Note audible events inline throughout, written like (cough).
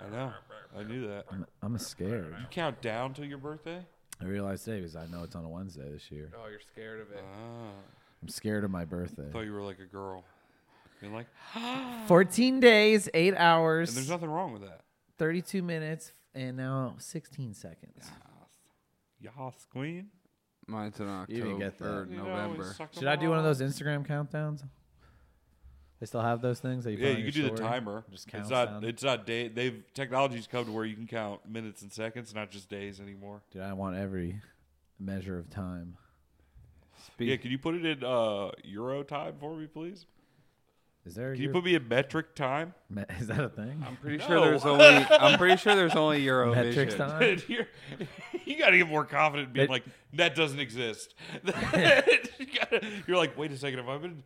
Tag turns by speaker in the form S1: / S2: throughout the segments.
S1: I know. I knew that.
S2: I'm, I'm scared.
S1: You count down till your birthday?
S2: I realized today because I know it's on a Wednesday this year.
S3: Oh, you're scared of it.
S1: Ah,
S2: I'm scared of my birthday.
S1: I thought you were like a girl. You're like,
S2: 14 days, 8
S1: and there's
S2: hours,
S1: nothing wrong with that.
S2: 32 minutes, and now 16 seconds.
S1: Yas, queen.
S3: Mine's in October
S2: You didn't get that.
S3: or
S1: You know,
S3: November.
S1: suck 'em
S2: Should I do one of those
S1: off.
S2: Instagram countdowns? They still have those things that you put
S1: yeah,
S2: on
S1: you
S2: your
S1: could do the
S2: story?
S1: timer.
S2: Just
S1: it's
S2: count
S1: not.
S2: down?
S1: It's not day. They've technology's come to where you can count minutes and seconds, not just days anymore.
S2: Dude, I want every measure of time.
S3: Speak-
S1: Yeah, can you put it in uh, Euro time for me, please?
S2: Is there?
S1: Can you
S2: your-
S1: put me in metric time?
S2: me- is that a thing?
S3: I'm pretty sure there's
S1: No. (laughs)
S3: only. I'm pretty sure there's only Eurovision.
S2: Metrics time.
S1: Dude, you're, you got to get more confident in being
S2: It-
S1: like, that doesn't exist. (laughs) you gotta, you're like, wait a second, have I been?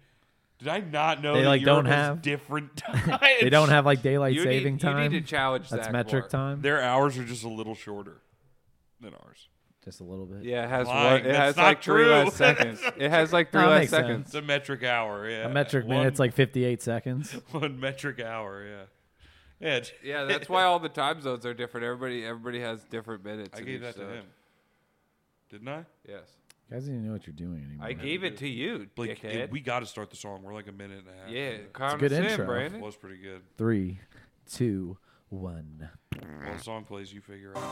S1: Did I not know
S2: They,
S1: that
S2: like,
S1: Europe
S2: don't
S1: has
S2: have- (laughs)
S1: different times?
S2: They don't have like daylight
S3: You
S2: saving
S3: need,
S2: time.
S3: You need to challenge
S2: That's
S3: Zach
S2: metric
S3: more.
S2: time.
S1: Their hours are just a little shorter than ours.
S2: Just a little bit.
S3: Yeah, it has
S1: Lying.
S3: one, it
S1: That's
S3: has
S1: not
S3: like three
S1: true. (laughs)
S3: less seconds. It has like three
S2: No, it
S3: less
S2: makes
S3: seconds.
S1: It's a metric hour, yeah.
S2: A metric
S1: One-
S2: minute's like 58 seconds.
S1: (laughs) one metric hour, yeah. Yeah, it's- (laughs)
S3: Yeah, that's why all the time zones are different. Everybody, everybody has different minutes.
S1: I
S3: in
S1: gave
S3: each
S1: that to
S3: zone.
S1: him, didn't I?
S3: Yes,
S2: You guys don't even know what you're doing anymore.
S3: I gave it to you,
S1: Blake,
S3: dickhead.
S1: it- we got to start the song. We're like a minute and a half.
S3: yeah,
S1: into
S3: it's
S2: good intro.
S1: it.
S3: Brandon.
S1: was pretty good.
S2: Three, two, one.
S1: Well, the song plays, you figure out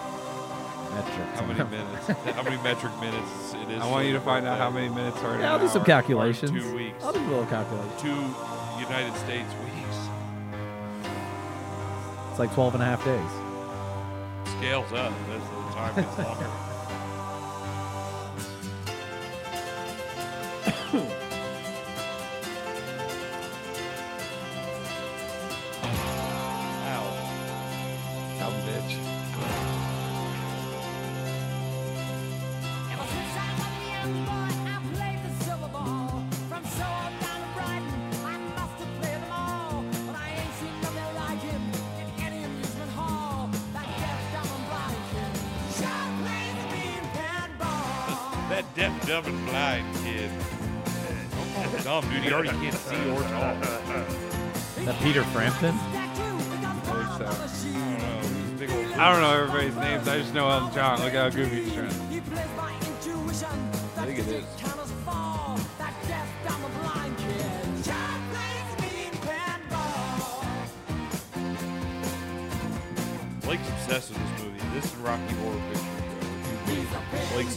S2: Metric (laughs)
S1: how many minutes, how many metric minutes it is.
S3: I want you to
S1: for
S3: find out
S1: that.
S3: how many minutes are. in
S2: Yeah, I'll
S3: an
S2: do some
S3: hour.
S2: calculations.
S1: Or two weeks.
S2: I'll do a little calculation.
S1: two United States weeks.
S2: It's like 12 and a half days.
S1: Scales up as the time gets
S3: (laughs)
S1: longer. Ow.
S3: Dumb bitch.
S4: Ever since I was a young boy, I played the silver ball. From Seoul down to Brighton, I must have played them all. But I ain't seen nothing like him in any amusement hall. That deaf, dumb, and blind kid sure plays the mean handball.
S1: That deaf, dumb, and blind kid. Don't call him dumb, dude. He already can't see or talk.
S3: (laughs)
S2: That Peter Frampton?
S1: I don't know. Big old
S3: I don't know everybody's names. I just know Elton John. Look how goofy he's trying.
S4: He plays by intuition. I
S3: think it is.
S4: Fall. That deaf, dumb, and blind kid. Sure plays the mean handball.
S1: Blake's obsessed with this movie. This and Rocky Horror Picture Show. Blake's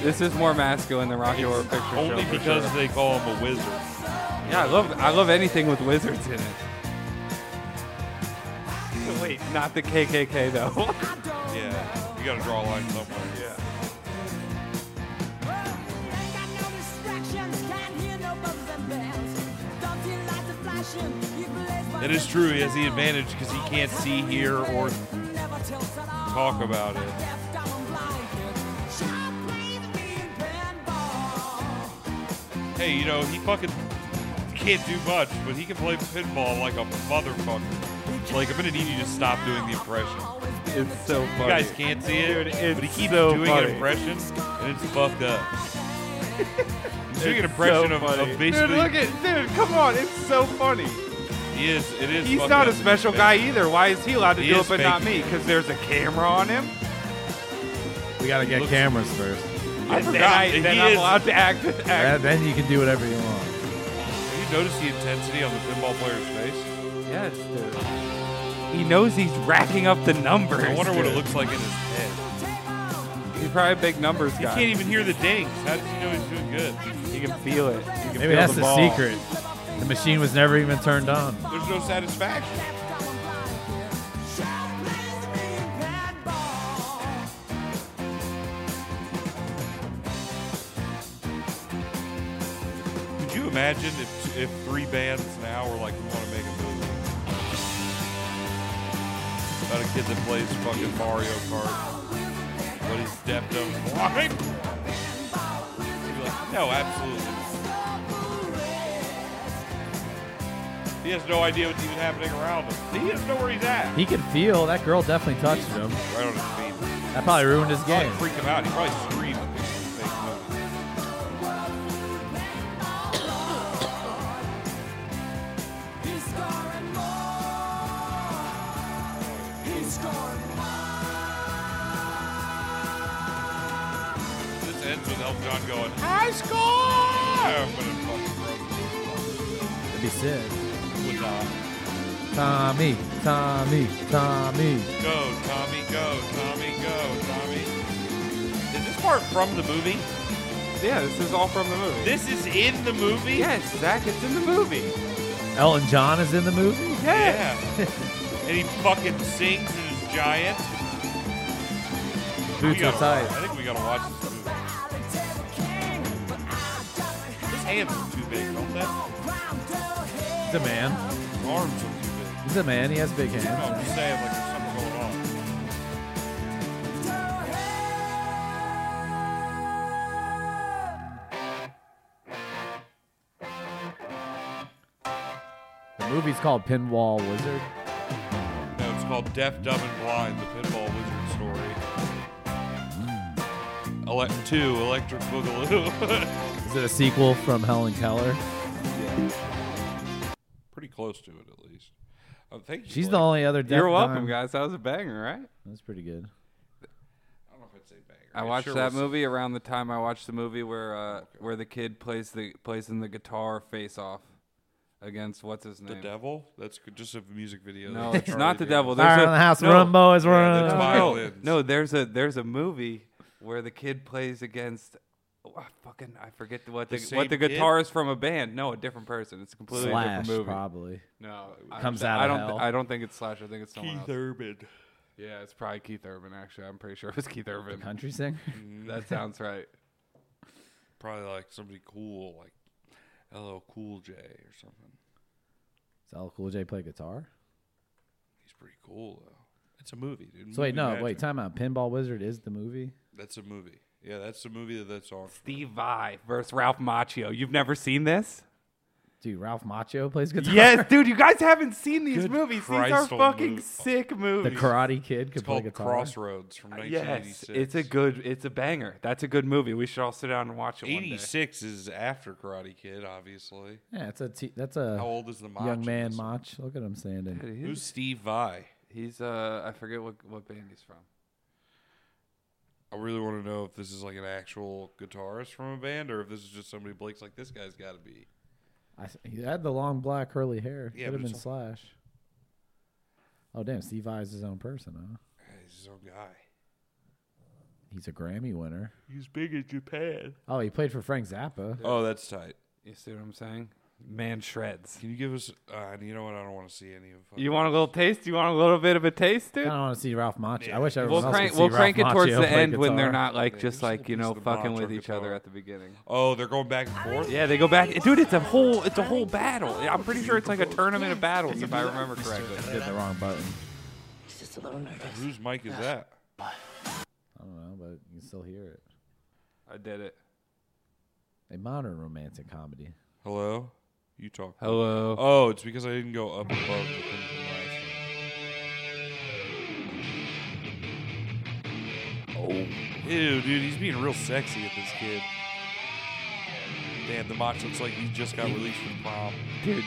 S1: too,
S3: This is more masculine than Rocky Horror Picture
S1: too
S3: Show.
S1: only
S3: for
S1: because
S3: sure.
S1: they call him a wizard.
S3: yeah, I love I love anything with wizards
S1: (laughs)
S3: in it. Wait, not the KKK though. (laughs)
S1: Yeah, you gotta draw a line somewhere. Yeah.
S4: It is true, he has the advantage because he can't see, hear, or talk about it.
S1: Hey, you know he fucking can't do much, but he can play pinball like a motherfucker. Like I'm gonna need you to stop doing the impression.
S3: It's so funny.
S1: You guys can't see it,
S3: Dude, it's
S1: but he keeps
S3: so
S1: doing
S3: funny.
S1: an impression, and it's fucked up. He's doing an impression of, of
S3: Dude,
S1: basically
S3: look at dude. Come on, it's so funny.
S1: he is. It is.
S3: He's
S1: fucked
S3: not
S1: up.
S3: a special guy either. Why is he allowed to
S1: He
S3: do
S1: is
S3: it but not
S1: fake.
S3: me? Because there's a camera on him.
S2: We got to get
S1: Looks-
S2: cameras first.
S1: I
S3: And
S1: forgot.
S3: then, I,
S1: that
S3: then
S1: he
S3: I'm
S1: is.
S3: allowed to act. act.
S2: And then you can do whatever you want.
S1: You notice the intensity on the pinball player's face.
S3: Yes, dude. He knows he's racking up the numbers.
S1: I wonder what it
S3: dude.
S1: looks like in his head.
S3: He's probably a big numbers
S1: He
S3: guy.
S1: can't even hear the dings. How does he know he's doing good?
S3: He can feel it. He can
S2: Maybe
S3: feel
S2: that's the,
S3: the ball.
S2: secret. The machine was never even turned on.
S1: There's no satisfaction. Could you imagine if, if three bands now were like, we want to make a movie? About a kid that plays fucking Mario Kart, but he's deaf, dumb, and blind? You'd be like, no, absolutely not. He has no idea what's even happening around him. He doesn't know where he's at.
S2: He could feel that girl definitely touched him.
S1: Right on his feet.
S2: That probably ruined his
S1: Probably
S2: game.
S1: freak him out. He probably screamed. if he was making noise.
S4: scored.
S1: This ends with Elton John going,
S4: I scored!
S1: "Yeah, I'm gonna fucking
S2: That'd be sick.
S1: throw Would not.
S2: Tommy, Tommy, Tommy.
S1: Go, Tommy, go, Tommy, go, Tommy. Is this part from the movie?
S3: Yeah, this is all from the movie.
S1: This is in the movie?
S3: yes, Zach, it's in the movie.
S2: Elton John is in the movie.
S3: Yes.
S1: Yeah. and he fucking sings and is giant. We
S2: Boots are
S1: gotta-
S2: tight.
S1: I think we gotta watch this movie. His hands are too big, don't that?
S2: He's a man.
S1: His arms are too big.
S2: He's a man. He has big hands.
S1: No, I'm just saying, like, there's something going on.
S2: The movie's called Pinball Wizard.
S1: No, it's called Deaf, Dumb, and Blind, the Pinball Wizard Story.
S2: Hmm.
S1: Elect 2, Electric Boogaloo. (laughs)
S2: Is it a sequel from Helen Keller?
S1: Pretty close to it, at least. Um, thank you,
S2: She's the
S1: Blake.
S2: only other. Deaf
S3: You're welcome,
S2: dime.
S3: guys. That was a banger, right?
S2: That's pretty good.
S1: I don't know if I'd say banger.
S3: I
S1: It
S3: watched
S1: sure
S3: that
S1: was-
S3: movie around the time I watched the movie where uh, where the kid plays the plays in the guitar face off against what's his
S1: The
S3: name?
S1: Devil? That's good- just a music video. (laughs)
S3: No,
S1: that
S3: it's
S1: Charlie
S3: not the
S1: did.
S3: devil. There's
S2: Fire
S3: a,
S2: in the house,
S3: no,
S2: run, boys, run.
S1: It's
S3: no,
S1: violins.
S3: No, there's a there's a movie where the kid plays against oh, I fucking I forget what
S1: The
S3: the, what the
S1: same kid?
S3: guitarist from a band. No, a different person. It's a completely
S2: Slash,
S3: different movie.
S2: probably.
S3: No, I-
S2: Comes
S3: I,
S2: out of
S3: don't.
S2: hell.
S3: I don't think it's Slash. I think it's someone
S1: Keith
S3: else.
S1: Urban.
S3: Yeah, it's probably Keith Urban. Actually, I'm pretty sure it was Keith
S1: (laughs)
S3: Urban.
S2: Country singer.
S3: That sounds right.
S1: Probably like somebody cool, like LL Cool J or something.
S2: Does LL Cool J play guitar?
S1: He's pretty cool though. It's a movie, dude.
S2: So wait,
S1: Movie
S2: no,
S1: magic.
S2: wait. Time out. Pinball Wizard is the movie.
S1: That's a movie. Yeah, that's the movie that that's on.
S3: Steve Vai versus Ralph Macchio. You've never
S2: (laughs)
S3: seen this?
S2: Dude, Ralph Macchio plays guitar.
S3: Yes, dude. You guys haven't seen these
S1: Good
S3: movies.
S1: Christ,
S3: these are
S1: old
S3: fucking
S1: move-
S3: sick
S2: (laughs) The
S3: movies.
S2: Karate Kid could
S1: It's
S2: play
S1: called
S2: guitar.
S1: Crossroads from
S3: Uh, Yes,
S1: 1986.
S3: it's a good. It's a banger. That's a good movie. We should all sit down and watch it. one day.
S1: 86 is after Karate Kid, obviously.
S2: Yeah, it's a t- that's a
S1: How old is the Mach
S2: young
S1: in
S2: man
S1: this?
S2: Mach. Look at him standing.
S3: Dude,
S1: Who's
S3: He's,
S1: Steve Vai?
S3: he's uh, I forget what what band he's from.
S1: I really want to know if this is like an actual guitarist from a band or if this is just somebody Blake's like this guy's got to be.
S2: I s he had the long black curly hair.
S1: Yeah,
S2: Could have
S1: but
S2: been
S1: it's
S2: Slash. Oh damn, Steve Vai's his own person, huh?
S1: He's his own guy.
S2: He's a Grammy winner.
S1: He's big in Japan.
S2: Oh, he played for Frank Zappa.
S1: Oh, that's tight.
S3: You see what I'm saying? Man shreds.
S1: Can you give us? Uh, you know what? I don't want to see any of.
S3: You want a little taste? You want a little bit of a taste,
S2: I
S3: dude?
S2: don't want to see Ralph Macchio. I wish everyone
S3: We'll
S2: else
S3: crank.
S2: could see
S3: We'll
S2: Ralph
S3: crank it towards
S2: Macchio
S3: the
S2: play
S3: end when they're
S2: guitar.
S3: not like
S1: Yeah,
S3: just
S1: just a
S3: like you
S1: piece
S3: know
S1: of the Bach
S3: fucking
S1: or
S3: with each other
S1: guitar.
S3: at the beginning.
S1: Oh, they're going back and forth.
S3: Yeah, they go back, dude. It's a whole, it's a whole battle. I'm pretty sure it's like a tournament of battles, if I remember correctly.
S2: Hit the wrong button.
S4: Just a little nervous.
S1: Whose mic is that?
S2: I don't know, but you can still hear it.
S3: I did it.
S2: A modern romantic comedy.
S1: Hello. You talk.
S3: Hello.
S1: Oh, it's because I didn't go up above the thing from last. Oh. Ew, dude, he's being real sexy at this kid. Damn, the Mach looks like he just got released from prom.
S3: dude.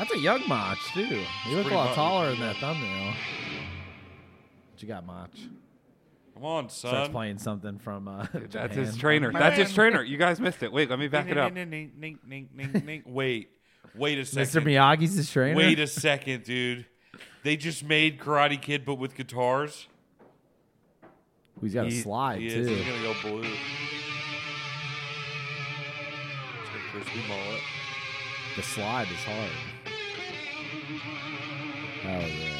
S2: That's a young Mach too. You look
S1: pretty
S2: a lot
S1: much-
S2: taller than that thumbnail. What you got, Mach?
S1: Come on,
S2: Starts
S1: son.
S2: playing something from uh,
S3: Oh, That's
S2: Japan.
S3: his trainer. That's his trainer. You guys missed it. Wait, let me back it (laughs) up.
S1: Ning, ning, ning, ning, ning, ning. Wait, wait a
S2: Mr.
S1: second.
S2: Miyagi's his trainer.
S1: Wait a second, dude. They just made Karate Kid, but with guitars.
S2: He's got a
S3: He-
S2: slide
S1: He is.
S2: too.
S1: He's gonna go blue. He's gonna crispy mullet.
S2: The slide is hard. Oh yeah.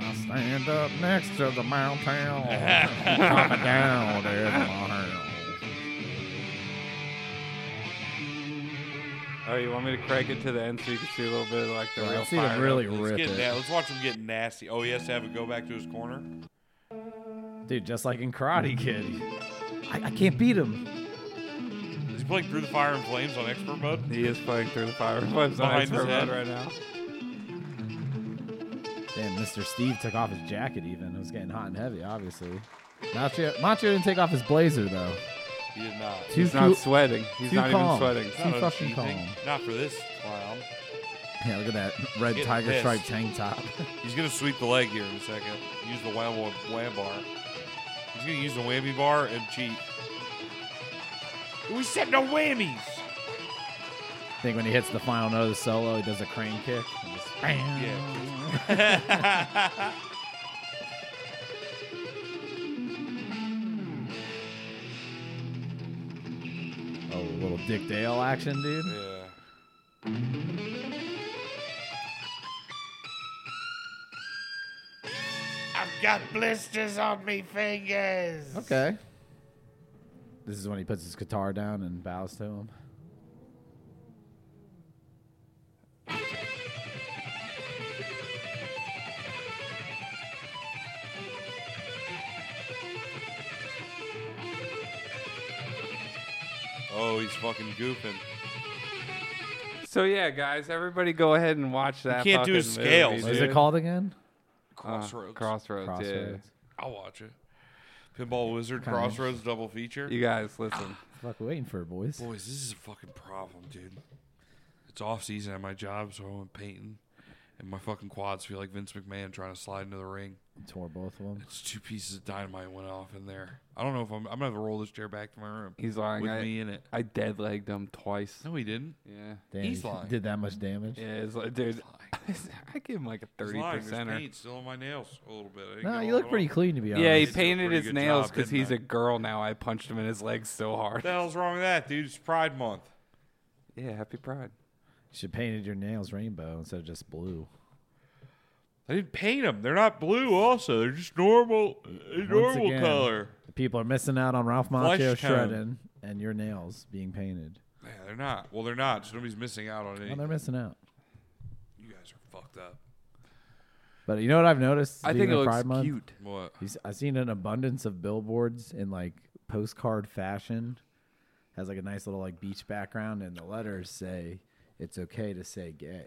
S2: I stand up next to the mountain, coming down there
S3: Oh, you want me to crank it to the end so you can see a little bit of like the
S2: Yeah,
S3: real
S2: let's see them
S3: fire?
S2: really-
S1: Let's
S2: Rip
S1: get
S2: it.
S1: na- Let's watch him get nasty. Oh, he has to have it go back to his corner.
S2: Dude, just like in Karate Kid, I, I can't beat him.
S1: Is he playing through the fire and flames on expert mode?
S3: He is playing through the fire (laughs) flames on
S1: Behind
S3: his
S1: his head.
S3: remote right now.
S2: Damn, Mr. Steve took off his jacket. Even it was getting hot and heavy, obviously. Macho, Macho didn't take off his blazer though.
S1: He did not.
S2: Too
S3: He's not
S2: cool-
S3: sweating. He's
S2: too
S3: not
S2: calm.
S3: even
S2: Too
S1: Not
S3: sweating.
S1: on
S2: fucking
S1: anything.
S2: calm.
S1: Not for this clown.
S2: Yeah, look at that (laughs) red
S1: Getting
S2: tiger
S1: pissed.
S2: striped tank top. (laughs)
S1: He's gonna sweep the leg here in a second. Use the wham wham bar. He's gonna use the whammy bar and cheat. We said no whammies.
S2: I think when he hits the final note of the solo, he does a crane kick. and just bam.
S1: Yeah.
S2: Oh, a little Dick Dale action, dude.
S1: Yeah. I've got blisters on me fingers.
S2: Okay. This is when he puts his guitar down and bows to him. (laughs)
S1: Oh, he's fucking goofing.
S2: Uh,
S3: So yeah, guys, everybody go ahead and watch that.
S1: can't do
S3: fucking
S1: his scales,
S3: movie,
S2: What is
S3: dude.
S2: it called again?
S3: Uh,
S1: Crossroads.
S3: crossroads.
S2: Crossroads.
S1: I'll watch it. Pinball Wizard
S2: Kinda.
S1: Crossroads double feature.
S3: Yeah. You guys, listen.
S2: Fuck, we're waiting for it, boys.
S1: Boys, this is a fucking problem, dude. It's off season at my job, so I'm painting, and my fucking quads feel like Vince McMahon trying to slide into the ring.
S2: Tore both of them.
S1: It's two pieces of dynamite went off in there. I don't know if I'm. I'm gonna have to roll this chair back to my room
S3: He's lying.
S1: with
S3: I,
S1: me in it.
S3: I dead legged him twice.
S1: No, he didn't.
S3: Yeah.
S2: Damn,
S1: He's
S2: he
S1: lying.
S2: Did that much damage?
S3: Yeah, it's like, dude, (laughs) I give him like a
S1: He's
S3: thirty
S1: lying. There's
S3: percenter.
S1: paint still on my nails a little bit. I didn't
S2: No,
S1: get
S2: you
S1: all
S2: look
S1: that
S2: pretty
S1: off.
S2: clean to be honest.
S3: Yeah, he
S1: did a
S3: painted
S1: pretty
S3: his
S1: good
S3: nails
S1: job,
S3: because
S1: didn't
S3: he's
S1: I?
S3: a girl now. I punched him in his legs so hard.
S1: What the hell's wrong with that, dude? It's Pride Month.
S3: Yeah, happy pride.
S2: Should painted your nails rainbow instead of just blue.
S1: I didn't paint them. They're not blue. Also, they're just normal, uh, normal
S2: again,
S1: color.
S2: The people are missing out on Ralph
S1: Flesh
S2: Macchio
S1: tone.
S2: shredding and your nails being painted.
S1: Yeah, they're not. Well, they're not. So nobody's missing out on
S2: Well,
S1: anything.
S2: they're missing out.
S1: you guys are fucked up.
S2: But you know what I've noticed?
S3: I
S2: being
S3: think it
S2: in
S3: looks
S2: Pride Month?
S3: cute.
S1: What?
S2: He's, I've seen an abundance of billboards in like postcard fashion. Has like a nice little like beach background, and the letters say it's okay to say gay.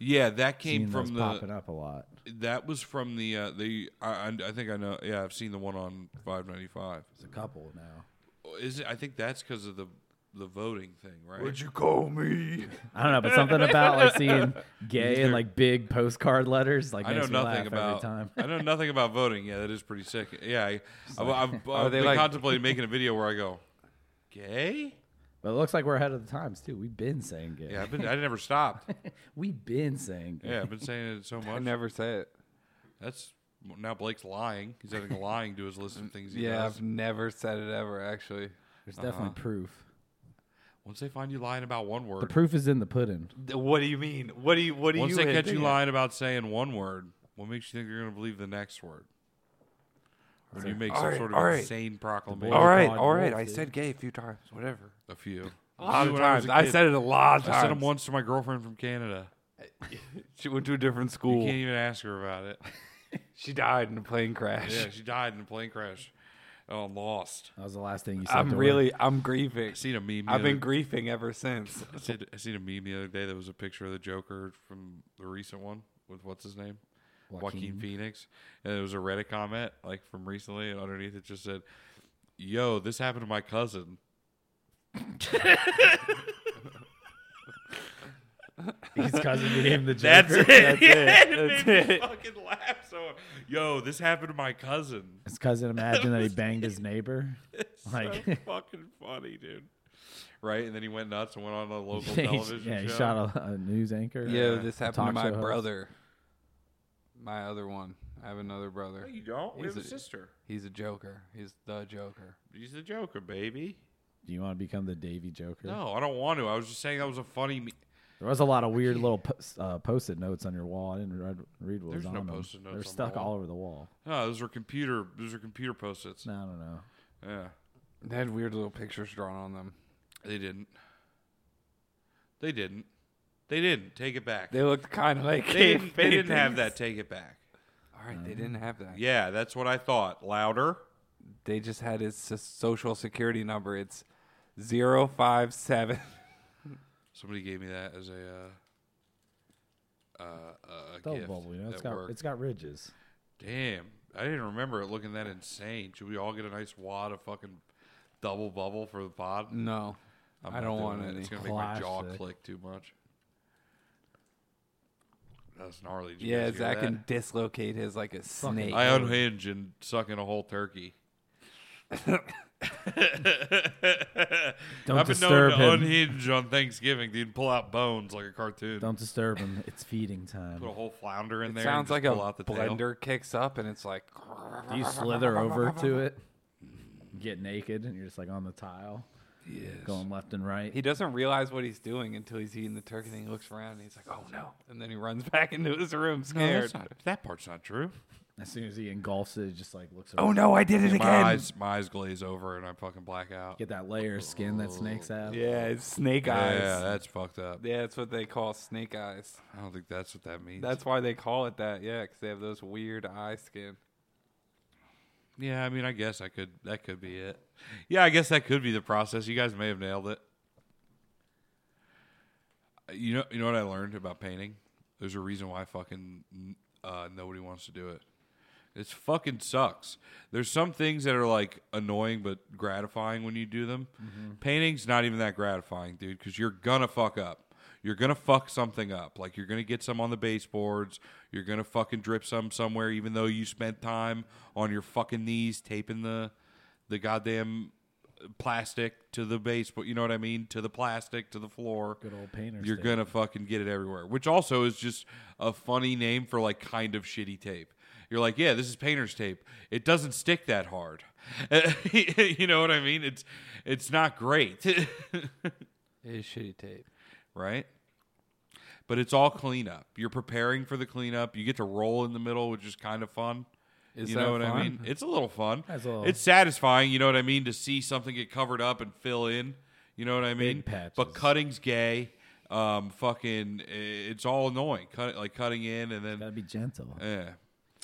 S1: Yeah, that came
S2: Seen those
S1: from
S2: popping
S1: the.
S2: up a lot.
S1: That was from the uh, the. I, I I think I know. Yeah, I've seen the one on five ninety five.
S2: It's a couple now.
S1: Is it, I think that's because of the the voting thing, right?
S3: you call me?
S2: I don't know, but something about like seeing
S1: (laughs)
S2: gay and like big postcard letters like
S1: I know
S2: makes me laugh
S1: nothing about.
S2: every time.
S1: I know nothing about voting. Yeah, that is pretty sick. Yeah, I,
S2: (laughs)
S1: I've, I've,
S3: Are
S1: I've
S3: they
S1: been
S3: like-
S1: contemplating making a video where I go, gay.
S2: But it looks like we're ahead of the times too. We've been saying gay.
S1: Yeah, I've been. I never stopped.
S2: We've been saying gay.
S1: Yeah, I've been saying it so
S3: (laughs) (laughs) I
S1: much.
S3: never say it.
S1: That's now Blake's lying. He's adding lying to his list of things he
S3: Yeah,
S1: does.
S3: I've never said it ever actually.
S2: There's definitely
S1: Uh-huh.
S2: proof.
S1: Once they find you lying about one
S2: The
S1: word,
S2: proof is in the pudding.
S3: What do you mean? What do you? What do
S1: Once they catch you lying about saying one word, what makes you think you're going to believe the next word? When you make
S3: All
S1: some
S3: right,
S1: sort
S3: all
S1: of
S3: right.
S1: insane proclamation.
S2: All
S3: All
S2: right,
S3: right,
S2: God,
S3: all right.
S2: wolf,
S3: I
S2: dude.
S3: said gay a few times. Whatever.
S1: A few.
S3: A lot of
S1: When I was
S3: times.
S1: a
S3: I
S1: kid.
S3: said it a lot of times.
S1: I said them once to my girlfriend from Canada.
S3: She went to a different
S1: You
S3: school.
S1: can't even ask her about it.
S3: She died in a plane crash.
S1: Yeah, she died in a plane crash. Oh, I'm lost.
S2: That was the last thing you said.
S3: I'm
S2: to her.
S3: really. I'm grieving.
S1: I seen a meme. the
S3: I've been
S1: other-
S3: grieving ever since.
S1: I seen, I seen a meme the other day that was a picture of the Joker from the recent one with what's his name, Joaquin,
S2: Joaquin.
S1: Phoenix, and it was a Reddit comment like from recently, and underneath it just said, "Yo, this happened to my cousin."
S2: his
S1: (laughs)
S2: cousin became the Joker.
S1: That's it. (laughs) That's
S3: it. That's it.
S1: Fucking laugh. So, yo, this happened to my cousin.
S2: His cousin imagined that he banged his neighbor.
S1: It's
S2: Like- (laughs)
S1: so fucking funny, dude. Right, and then he went nuts and
S2: (laughs)
S1: went on a local
S2: yeah, he-
S1: television
S2: yeah,
S1: show.
S2: he shot a, a news anchor. uh,
S3: Yo, this happened
S2: talk
S3: to my
S2: show host.
S3: brother. My other one. I have another brother.
S1: No, you don't. We
S3: He's
S1: have a
S3: a-
S1: sister.
S3: He's a joker. He's the joker.
S1: He's the Joker, baby.
S2: Do you want to become the Davy Joker?
S1: No, I don't want to. I was just saying that was a funny. Me-
S2: There was a lot of weird little post, uh, post-it notes on your wall. I didn't read, read what was
S1: There's
S2: on
S1: no
S2: them.
S1: post-it notes
S2: They're
S1: on my
S2: stuck
S1: wall.
S2: all over the wall.
S1: No, those were computer. Those were computer post-its.
S2: No, I don't know.
S1: Yeah,
S3: They had weird little pictures drawn on them.
S1: they didn't. They didn't. They didn't take it back. They,
S3: They looked kind of
S2: (laughs)
S3: like
S1: didn't. They didn't have that. Take it back.
S3: (laughs) All right, they didn't have that.
S1: Yeah, that's what I thought. Louder.
S3: They just had his so- social security number. It's zero
S1: (laughs)
S3: five seven.
S1: Somebody gave me that as a uh, uh, uh, a
S2: Double
S1: gift
S2: bubble, you know, it's
S1: at
S2: got
S1: work.
S2: it's got ridges.
S1: Damn, I didn't remember it looking that insane. Should we all get a nice wad of fucking double bubble for the pod?
S3: No,
S1: I'm
S3: I
S1: not
S3: don't
S1: doing
S3: want
S1: it.
S3: any.
S1: It's gonna make my jaw
S2: Classic.
S1: click too much. That's gnarly. Did you
S3: yeah,
S1: guys hear
S3: Zach
S1: that?
S3: can dislocate his like a snake.
S1: I unhinge and suck in a whole turkey.
S2: Don't
S1: I've been known
S2: disturb
S1: to
S2: him.
S1: unhinge on Thanksgiving, dude. Pull out bones like a cartoon.
S2: Don't disturb him. It's feeding time.
S1: Put a whole flounder in
S3: It
S1: there. and
S3: sounds
S1: just
S3: like a
S1: pull out the tail.
S3: blender kicks up and it's like.
S2: Do you slither over to it? Get naked and you're just like on the tile, going left and right.
S3: He doesn't realize what he's doing until he's eating the turkey. and he looks around and he's like, "Oh no!" And then he runs (laughs) back into his room
S1: No,
S3: scared.
S1: that's not, that part's not true.
S2: as soon as he engulfs it, it just like looks.
S3: oh no! I did it
S1: My
S3: again.
S1: eyes, my eyes glaze over and I fucking black out.
S2: Get that layer of skin that snakes
S1: Oh,
S2: have.
S3: Yeah, it's snake eyes.
S1: Yeah,
S3: Yeah,
S1: that's fucked up.
S3: that's what they call snake eyes.
S1: I don't think that's what that means.
S3: That's why they call it that. Yeah, because they have those weird eye skin.
S1: yeah. I mean, I guess I could. That could be it. Yeah, I guess that could be the process. You guys may have nailed it. You know, you know what I learned about painting. There's a reason why fucking uh, nobody wants to do it. It's fucking sucks. There's some things that are like annoying but gratifying when you do them. Painting's not even that gratifying, dude, because you're gonna fuck up. You're gonna fuck something up. Like you're gonna get some on the baseboards. You're gonna fucking drip some somewhere, even though you spent time on your fucking knees taping the the goddamn plastic to the baseboard. You know what I mean? To the plastic, to the floor.
S2: Good old painter
S1: You're
S2: state.
S1: gonna fucking get it everywhere. Which also is just a funny name for like kind of shitty tape. You're like, yeah, this is painter's tape. It doesn't stick that hard. (laughs) you know what I mean? It's it's not great, (laughs)
S3: It is shitty tape.
S1: right? But it's all cleanup. You're preparing for the cleanup. You get to roll in the middle, which is kind of fun.
S3: Is
S1: you
S3: that
S1: know what
S3: fun?
S1: I mean? It's a little fun.
S2: That's a little-
S1: It's satisfying. You know what I mean? To see something get covered up and fill in. You know what I mean?
S2: patches.
S1: But cutting's gay. Um, fucking, i- it's all annoying. Cut like cutting in and then
S2: Gotta be gentle.
S1: yeah,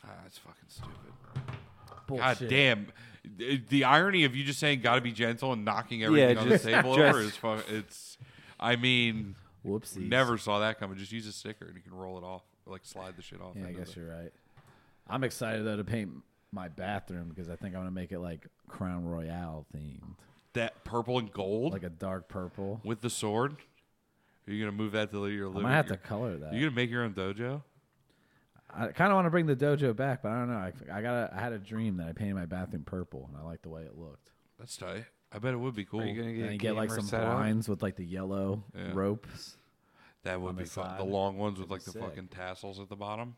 S1: ah, it's fucking stupid. God
S2: Bullshit.
S1: damn. The- The irony of you just saying "gotta be gentle" and knocking everything on
S3: just-
S1: the table
S3: (laughs) just-
S1: over is fun. It's, I mean,
S2: Whoopsies.
S1: never saw that coming. Just use a sticker and you can roll it off, like slide the shit off.
S2: Yeah, I
S1: into
S2: guess
S1: the-
S2: you're right. I'm excited though to paint my bathroom because I think I'm gonna make it like Crown Royale themed,
S1: that purple and gold
S2: like a dark purple.
S1: with the sword. Are you gonna move that to your
S2: I
S1: living?
S2: might have
S1: your-
S2: to color that.
S1: You gonna make your own dojo?
S2: I kind of want to bring the dojo back, but I don't know. I, I got I had a dream that I painted my bathroom purple, and I liked the way it looked.
S1: That's tight. I bet it would be cool.
S3: Are you gonna
S2: And
S3: get,
S2: you
S3: a
S2: get like
S3: gamer
S2: some
S3: set up?
S2: blinds with like the yellow
S1: Yeah.
S2: ropes.
S1: that would
S2: on
S1: be
S2: the
S1: fun. The
S2: side?
S1: long ones with like the
S2: sick.
S1: fucking tassels at the bottom.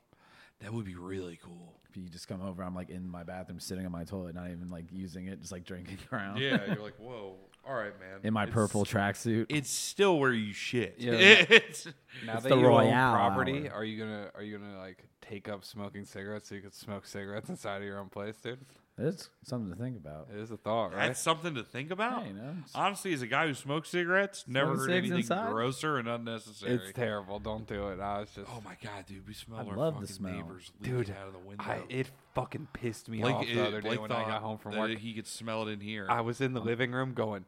S1: That would be really cool.
S2: If you just come over, I'm like in my bathroom, sitting on my toilet, not even like using it, just like drinking (laughs) Crown
S1: Yeah, you're like, whoa. All right, man.
S2: in my
S1: It's-
S2: purple tracksuit.
S1: It's still where you shit. (laughs)
S3: Yeah.
S1: It's-
S3: Now
S2: It's
S3: that
S2: the
S3: you own
S2: Royale
S3: property,
S2: hour.
S3: are you gonna are you gonna like take up smoking cigarettes so you could smoke cigarettes inside of your own place, dude?
S2: It's something to think about.
S3: It is a thought, right?
S1: that's something to think about.
S2: Yeah, you know, it's-
S1: Honestly, as a guy who smokes cigarettes, never heard
S2: cigs
S1: anything
S2: inside?
S1: grosser and unnecessary.
S3: it's terrible. Don't do it. I was just,
S1: oh my god, dude, we smell
S2: I
S1: our
S2: love the
S1: fucking
S2: smell.
S1: neighbors leaking
S3: dude,
S1: out of the window.
S3: I, it fucking pissed me
S1: Blake-
S3: off the
S1: it-
S3: other day
S1: Blake
S3: when I
S1: thought
S3: got home from
S1: that
S3: work.
S1: He could smell it in here.
S3: I was in the living room going,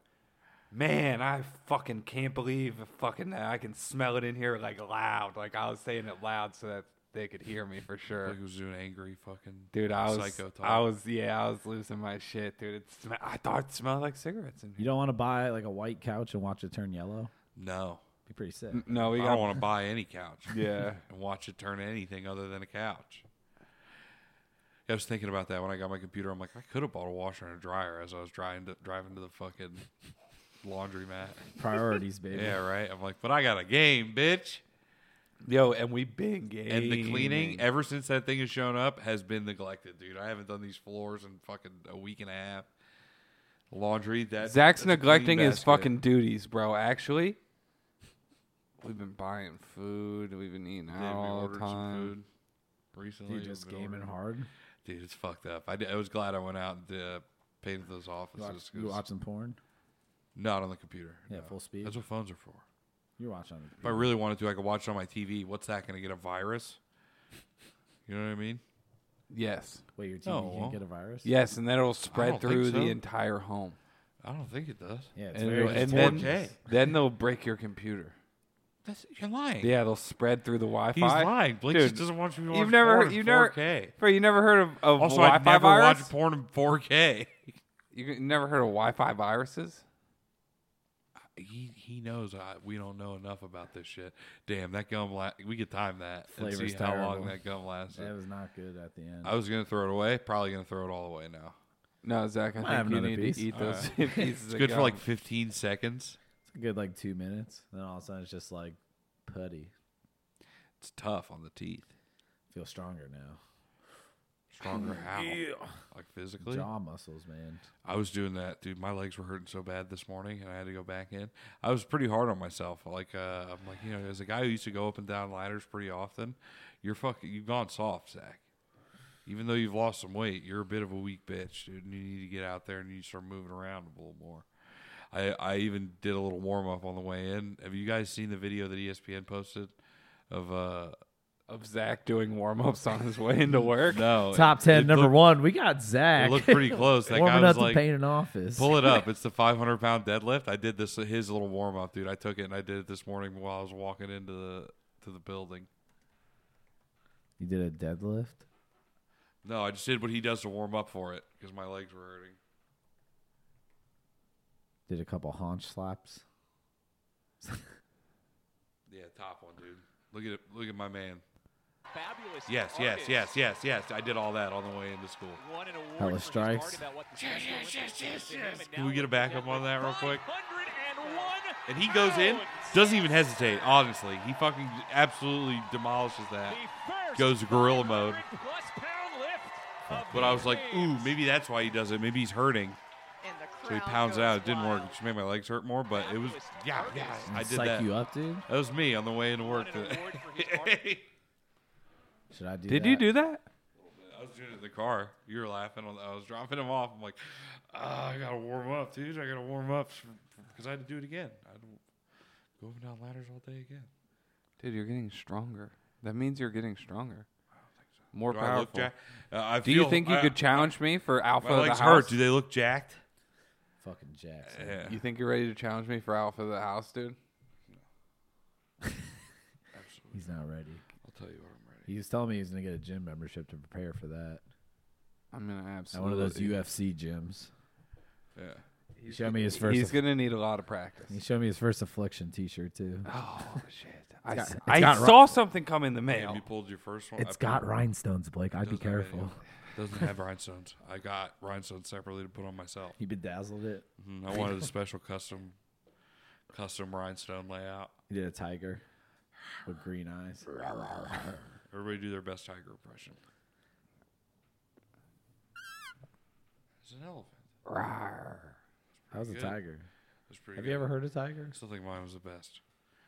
S3: man, I fucking can't believe fucking I can smell it in here like loud. Like I was saying it loud so that they could hear me for sure.
S1: Blake was doing angry fucking
S3: Dude, I was,
S1: psycho talk.
S3: I was, yeah, I was losing my shit, dude. It sm- I thought it smelled like cigarettes in
S2: You
S3: here.
S2: don't want to buy like a white couch and watch it turn yellow.
S1: no.
S2: Be pretty sick.
S1: (laughs)
S3: No, we
S1: I
S3: got.
S1: don't want to buy any couch
S3: (laughs) Yeah,
S1: and watch it turn anything other than a couch. I was thinking about that when I got my computer. I'm like, I could have bought a washer and a dryer as I was driving to, driving to the fucking (laughs) laundromat.
S2: Priorities, baby.
S1: Yeah, right. I'm like, but I got a game, bitch.
S3: yo, and we been gaming.
S1: And the cleaning, ever since that thing has shown up, has been neglected, dude. I haven't done these floors in fucking a week and a half. Laundry. That that's
S3: Zach's
S1: a clean
S3: neglecting his
S1: basket.
S3: fucking duties, bro. Actually, we've been buying food. We've been eating out
S1: Dude, we
S3: all the
S1: ordered
S3: time.
S1: some food recently.
S2: You
S1: We've
S2: just
S1: been
S2: gaming
S1: ordering-
S2: hard.
S1: Dude, it's fucked up. I, did- I was glad I went out and uh, painted those
S2: You watch,
S1: offices.
S2: you
S1: 'cause-
S2: watching porn?
S1: Not on the computer.
S2: Yeah,
S1: no.
S2: full speed.
S1: That's what phones are for.
S2: You're watching. on the
S1: If I really wanted to, I could watch it on my TV. What's that going to get a virus? You know what I mean?
S3: Yes,
S2: Wait, your TV
S1: Oh,
S2: can't
S1: well.
S2: get a virus?
S3: yes, and then it'll
S1: I
S3: spread
S1: don't think
S3: through
S1: so.
S3: the entire home.
S1: I don't think it does.
S2: Yeah, it's
S3: And,
S2: very
S3: it'll- and
S2: contagious.
S1: torches.
S3: then, then they'll break your computer.
S1: That's, you're lying.
S3: Yeah, they'll spread through the Wi-Fi.
S1: He's lying. Blake
S3: Dude,
S1: just doesn't want you to watch
S3: You've never,
S1: porn
S3: you
S1: in
S3: never,
S1: 4K.
S3: bro. You never heard of, of
S1: Also,
S3: Wi-Fi
S1: I never
S3: virus?
S1: watched porn in 4K.
S3: You never heard of Wi-Fi viruses?
S1: (laughs) He he knows I, we don't know enough about this shit. Damn, that gum la- we could time that and
S2: Flavor's
S1: see how long
S2: terrible.
S1: that gum lasted.
S2: That was not good at the end.
S1: I was gonna throw it away. Probably gonna throw it all away now.
S3: No, Zach.
S2: I
S3: I
S2: have
S3: think you
S2: another
S3: need
S2: piece.
S3: to eat those (laughs) pieces.
S1: It's good for like 15 seconds.
S2: It's a good like two minutes. Then all of a sudden it's just like putty.
S1: It's tough on the teeth.
S2: Feel stronger now.
S1: Stronger how? Like physically?
S2: Jaw muscles, man.
S1: I was doing that, dude. My legs were hurting so bad this morning, and I had to go back in. I was pretty hard on myself. Like, uh, I'm like, you know, as a guy who used to go up and down ladders pretty often, you're fucking, you've gone soft, Zach. Even though you've lost some weight, you're a bit of a weak bitch, dude. And you need to get out there and you start moving around a little more. I, I even did a little warm up on the way in. Have you guys seen the video that E ESPN posted of uh
S3: of Zach doing warm-ups on his way into work.
S1: no (laughs)
S2: Top
S1: it-
S2: ten,
S1: it
S2: number
S1: looked-
S2: one. We got Zach.
S1: It
S2: (laughs)
S1: looked pretty close. That guy
S2: Warming
S1: was
S2: up to
S1: like,
S2: paint an office.
S1: Pull it (laughs) up. It's the 500 pound deadlift. I did this his little warm up, dude. I took it and I did it this morning while I was walking into the to the building.
S2: You did a deadlift.
S1: No, I just did what he does to warm up for it because my legs were hurting.
S2: Did a couple haunch slaps.
S1: Yeah, top one, dude. Look at it. Look at my man. Fabulous. Yes, yes, yes, yes, yes. I did all that on the way into school.
S2: Hella strikes.
S1: Can we get a backup on that real quick? And he goes in, doesn't even hesitate. Honestly, he fucking absolutely demolishes that. Goes gorilla mode. But I was like, ooh, maybe that's why he does it. Maybe he's hurting. So he pounds it out. It didn't work. It just made my legs hurt more, but it was yeah, yeah. I did
S2: Psych
S1: that.
S2: you up, dude.
S1: That was me on the way into work (laughs) today.
S2: Should I do?
S3: Did
S2: that?
S3: you do that?
S1: I was doing it in the car. You were laughing. on- I was dropping him off. I'm like, ah, I gotta warm up, dude. I gotta warm up because I had to do it again. I had to go up and down ladders all day again.
S3: Dude, you're getting stronger. That means you're getting stronger. More
S1: Do I
S3: powerful.
S1: look jacked? Uh, I
S3: Do you
S1: feel-
S3: think you
S1: I-
S3: could challenge me for alpha
S1: My
S3: of the
S1: legs
S3: house?
S1: hurt. Do they look jacked?
S2: Fucking Jackson.
S1: Yeah,
S3: You think you're ready to challenge me for alpha of the house, dude?
S1: absolutely.
S2: He's not ready.
S1: I'll tell you what I'm ready.
S2: He was telling me he was gonna get a gym membership to prepare for that.
S3: I'm gonna
S2: At one
S3: absolutely.
S2: of those UFC gyms.
S1: Yeah.
S2: He showed me his first.
S3: He's gonna need a lot of practice.
S2: he showed me his first affliction T-shirt too.
S3: Oh shit! I,
S2: got-
S3: s-
S2: it's
S3: I
S2: got ru-
S3: saw something come in the
S1: Damn,
S3: mail.
S1: you pulled your first one.
S2: It's
S1: I pulled-
S2: got rhinestones, Blake. I'd be
S1: Doesn't have any
S2: careful.
S1: of it. Doesn't have rhinestones. I got rhinestones separately to put on
S2: (laughs)
S1: myself.
S2: He bedazzled it.
S1: Mhm, I wanted a special custom, custom rhinestone layout.
S2: He did a tiger with green eyes.
S1: Everybody do their best tiger impression. It's an elephant.
S2: How's a
S1: Good.
S2: tiger?
S1: It's pretty.
S2: Have you ever heard of tigers?
S1: I still think mine was the best.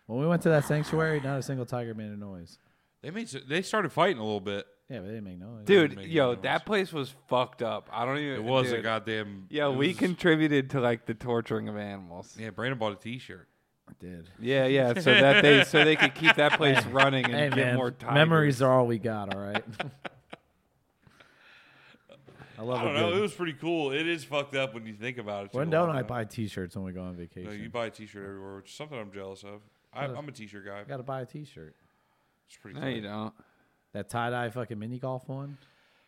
S2: When we went to that sanctuary, not a single tiger made a noise.
S1: They made. s- They started fighting a little bit.
S2: Yeah, but they didn't make noise.
S3: Dude,
S1: Making
S3: yo,
S1: noise.
S3: that place was fucked up. I don't even.
S1: It was a
S3: dude.
S1: goddamn.
S3: Yeah,
S1: it
S3: we
S1: was-
S3: contributed to like the torturing of animals.
S1: Yeah, Brandon bought a T-shirt.
S2: I did.
S1: (laughs)
S3: Yeah, yeah. So that they so they could keep that place running
S2: (laughs)
S3: and
S2: Hey
S3: get
S2: man,
S3: more time.
S2: memories are all we got. All
S1: (laughs)
S2: right. I love
S1: I
S2: it.
S1: don't know. It was pretty cool. It is fucked up when you think about it. It
S2: when
S1: took a long
S2: don't I
S1: time.
S2: buy T-shirts when we go on
S1: No,
S2: vacation?
S1: you buy a T-shirt everywhere, which is something I'm jealous of. I, I'm a T-shirt guy.
S2: I gotta buy a T-shirt.
S1: It's pretty.
S3: No,
S1: tight.
S3: you don't. (laughs)
S2: That tie dye fucking mini golf one.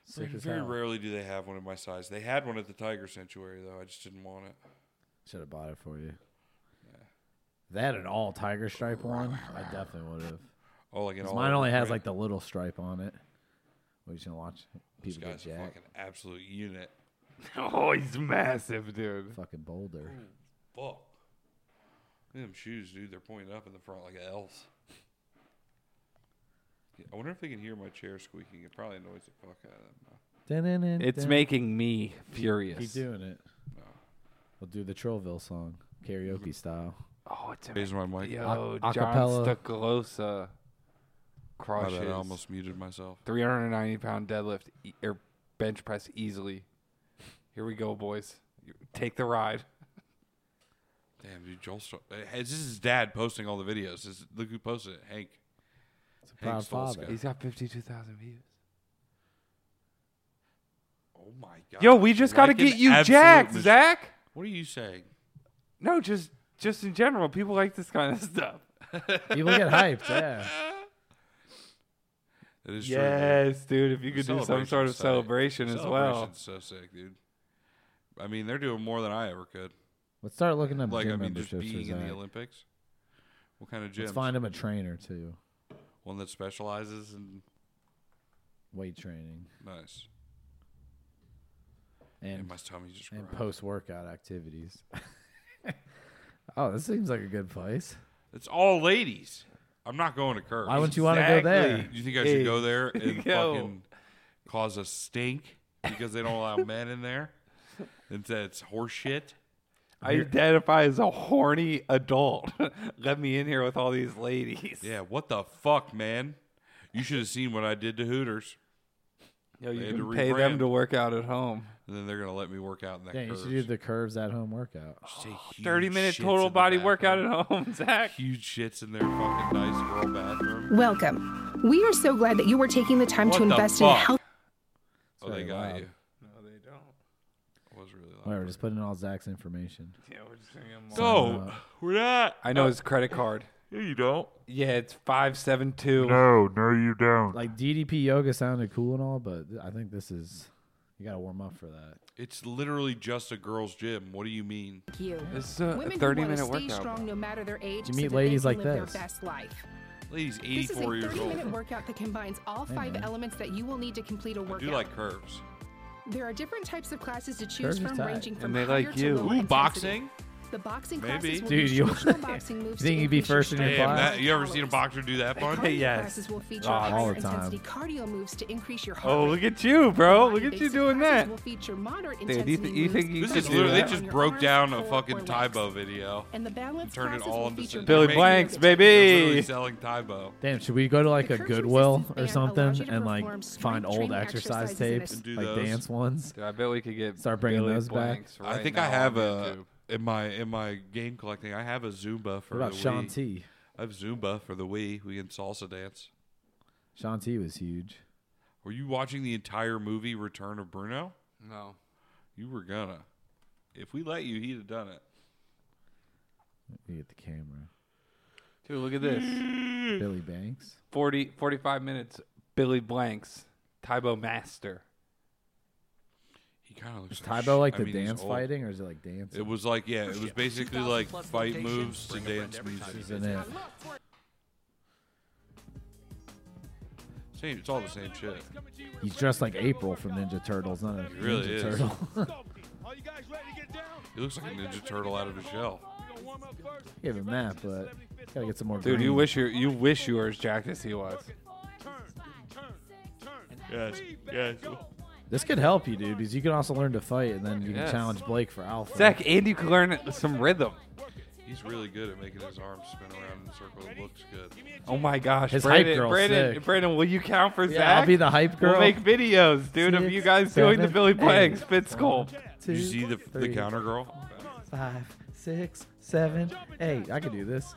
S2: Sick as
S1: Very
S2: hell.
S1: rarely do they have one in my size. They had one at the Tiger Sanctuary though. I just didn't want it.
S2: Should have bought it for you. That and all tiger stripe one, I
S1: (laughs)
S2: definitely would have.
S1: Oh, like in
S2: 'Cause
S1: all
S2: Mine
S1: over
S2: only has
S1: print.
S2: like the little stripe on it. We're just gonna watch
S1: This
S2: people get
S1: guy's a
S2: jacked.
S1: fucking absolute unit.
S3: Oh, he's massive, dude.
S2: Fucking Boulder.
S1: Fuck. Look at them shoes, dude. They're pointing up in the front like elves. Yeah, I wonder if they can hear my chair squeaking. It probably annoys the fuck out of them.
S3: It's making me furious.
S2: He's doing it.
S1: Oh.
S2: We'll do the Trollville song,
S1: Mm-hmm.
S2: karaoke style.
S3: Oh, it's amazing.
S1: Raise my mic.
S3: Yo,
S2: A-
S3: John
S2: acapella.
S3: Stokolosa
S1: God,
S3: crushes
S1: I almost muted myself.
S3: 390 pound deadlift e- or bench press easily. Here we go, boys. You- Take the ride.
S1: Damn, dude. Joel. Sto- uh, this is his dad posting all the videos. This, look who posted it. Hank.
S2: It's a
S1: Hank
S2: proud
S1: Stolzka.
S2: father.
S3: He's got 52,000 views.
S1: Oh my god.
S3: Yo, we just got to
S1: Like an
S3: get you
S1: absolute
S3: jacked,
S1: mach-
S3: Zach.
S1: What are you saying?
S3: No, just just in general, people like this kind of (laughs) stuff.
S2: People get
S1: (laughs)
S2: hyped. Yeah.
S1: It is true. dude.
S3: Yes, dude. If you could do some
S1: Celebration's
S3: sort of
S1: tight.
S3: celebration as well.
S1: Celebration's so sick, dude. I mean, they're doing more than I ever could.
S2: Let's start looking up
S1: Like,
S2: gym
S1: I mean, just
S2: memberships.
S1: being
S2: for
S1: in the
S2: Zach.
S1: Olympics. What kind of
S2: Let's
S1: gym?
S2: find him a trainer too.
S1: One that specializes in
S2: Weight training
S1: nice. And
S2: and
S1: my tummy just
S2: and
S1: growls.
S2: post workout activities. (laughs) oh, this seems like a good place.
S1: It's all ladies. I'm not going to Kirk.
S2: Why wouldn't you want to go there?
S3: Exactly.
S1: You think I should
S2: (laughs)
S1: go there and
S3: Yo.
S1: fucking cause a stink because they don't allow men
S2: (laughs)
S1: in there? And say it's horse shit?
S3: I identify as a horny adult. (laughs) Let me in here with all these ladies.
S1: Yeah, what the fuck, man? You should have seen what I did to Hooters.
S3: Yo,
S1: They
S3: you
S1: had to
S3: can pay them
S1: rebrand.
S3: to work out at home.
S1: And then they're gonna let me work out in that.
S2: Yeah, you
S1: curves.
S2: should do the curves at home workout.
S1: Just take huge
S3: 30 minute
S1: shits
S3: total
S1: in the
S3: body
S1: bathroom.
S3: workout at home, (laughs) Zach.
S1: Huge shits in their fucking nice girl bathroom.
S5: Welcome. We are so glad that you are taking the time
S1: What
S5: to
S1: the
S5: invest in
S1: fuck?
S5: health.
S1: Oh, they
S2: very
S1: got
S2: loud.
S1: you.
S3: No, they don't.
S1: That was really loud.
S2: Whatever, just putting in all Zach's information.
S3: Yeah, we're just gonna get more.
S1: So we're not.
S3: I know his credit card.
S1: Yeah, you don't.
S3: Yeah, it's five seven two.
S2: Like DDP yoga sounded cool and all, but th- I think this is you got to warm up for that.
S1: It's literally just a girls' gym. What do you mean?
S5: You.
S3: This is a
S5: Women who
S3: 30
S5: wanna
S3: minute
S5: stay
S3: workout.
S5: strong no matter their age
S2: You
S5: so
S2: meet
S5: that they
S2: ladies
S5: can
S2: like
S5: live their
S2: this.
S5: best life.
S1: Lady's
S5: This is a
S1: 84 years
S5: 30
S1: old.
S5: minute workout that combines all five elements that you will need to complete a
S1: I
S5: workout.
S1: do like curves.
S5: There are different types of classes to choose
S2: Curves are
S5: from,
S2: tight.
S5: ranging from
S3: And they
S5: higher
S3: like
S5: to
S3: you.
S5: lower
S1: Ooh,
S5: intensity.
S1: boxing.
S5: The boxing
S1: Maybe.
S5: classes will
S2: Dude,
S5: be
S2: you-
S5: traditional
S2: (laughs)
S5: boxing moves. to
S2: think you'd be
S5: increase your
S2: first in your
S5: strength,
S1: Damn,
S2: class?
S1: that, you ever seen a
S5: calories.
S1: boxer do that punch?
S5: Cardio
S3: Yes.
S5: classes will feature
S3: Oh,
S2: all
S5: higher
S2: the time.
S5: intensity cardio moves to increase your heart
S3: Oh,
S5: rate.
S3: look at you, bro!
S5: Body
S3: Look at you
S5: basic
S3: doing
S5: classes
S3: that.
S5: Will feature moderate
S3: you
S5: intensity
S3: think- you
S5: moves
S3: think you
S1: This
S3: could
S1: is
S5: focused
S3: do
S1: literally, they
S3: that.
S5: on
S1: just
S5: your
S1: broke
S5: arms,
S1: down a
S5: core,
S1: fucking
S5: or legs.
S1: Tybo video.
S5: And the balance
S1: turned it
S5: classes
S1: all
S5: will
S1: into
S5: feature
S1: some-
S3: Billy
S1: They're
S5: balance
S3: Blanks,
S5: moves.
S1: They're
S3: baby.
S1: literally selling Tybo.
S2: Damn, should we go to like
S5: The
S2: a
S5: curves
S2: Goodwill
S5: resistance
S2: or
S5: band allows you
S2: something
S5: to
S2: and like
S5: perform
S2: find
S5: strength
S2: old
S5: training
S2: exercise
S5: exercises in a
S2: tapes,
S1: And do
S2: like
S1: those.
S2: dance ones?
S3: Dude, I bet we could get
S2: Start bringing
S3: Billy
S2: those back.
S3: Blanks right
S1: I think
S3: now
S1: I have
S3: on
S1: a
S3: YouTube.
S1: in my in my game collecting. I have a Zumba for
S2: What about
S1: the
S2: Sean
S1: Wii.
S2: T?
S1: I have Zumba for the Wii. We can salsa dance.
S2: Sean T was huge.
S1: Were you watching the entire movie Return of Bruno?
S3: No,
S1: You were gonna. If we let you, he'd have done it.
S2: You get the camera.
S3: dude, look
S1: (laughs)
S3: at this.
S5: Hmm.
S2: Billy Banks.
S3: 40, 45 minutes. Billy Blanks, Tybo Master.
S1: He kind of looks
S2: Is
S1: like
S2: Tybo like
S1: shit. I
S2: the
S1: mean, he's
S2: dance
S1: old.
S2: fighting or is it like dance?
S1: It was like yeah, it was basically like fight moves to dance music.
S2: Isn't it?
S1: Same, it's all the same shit.
S2: He's dressed like April from Ninja Turtles, not a
S1: He really
S2: Ninja
S1: is.
S2: Turtle. (laughs)
S1: He looks like a Ninja Turtle out of his shell.
S2: Give him that, but gotta get some more.
S3: Dude, you
S2: green.
S3: wish you you wish you were as jacked as he was.
S1: Yes, yes.
S2: This could help you, dude, because you can also learn to fight, and then you can
S3: Yes.
S2: challenge Blake for alpha.
S3: Zach, and you could learn some rhythm.
S1: He's really good at making his arms spin around in a circle. It looks good.
S3: Oh my gosh,
S2: His hype
S3: Brandon,
S2: girl's
S3: Brandon,
S2: sick.
S3: Brandon, will you count for
S2: yeah,
S3: Zach?
S2: I'll be the hype girl.
S3: We'll make videos, dude, of
S2: Six,
S3: you guys doing the
S2: seven,
S3: Billy Blanks
S2: eight.
S3: fit sculpt.
S1: Did you see the the counter girl?
S2: Five, six, seven, eight. I could do this.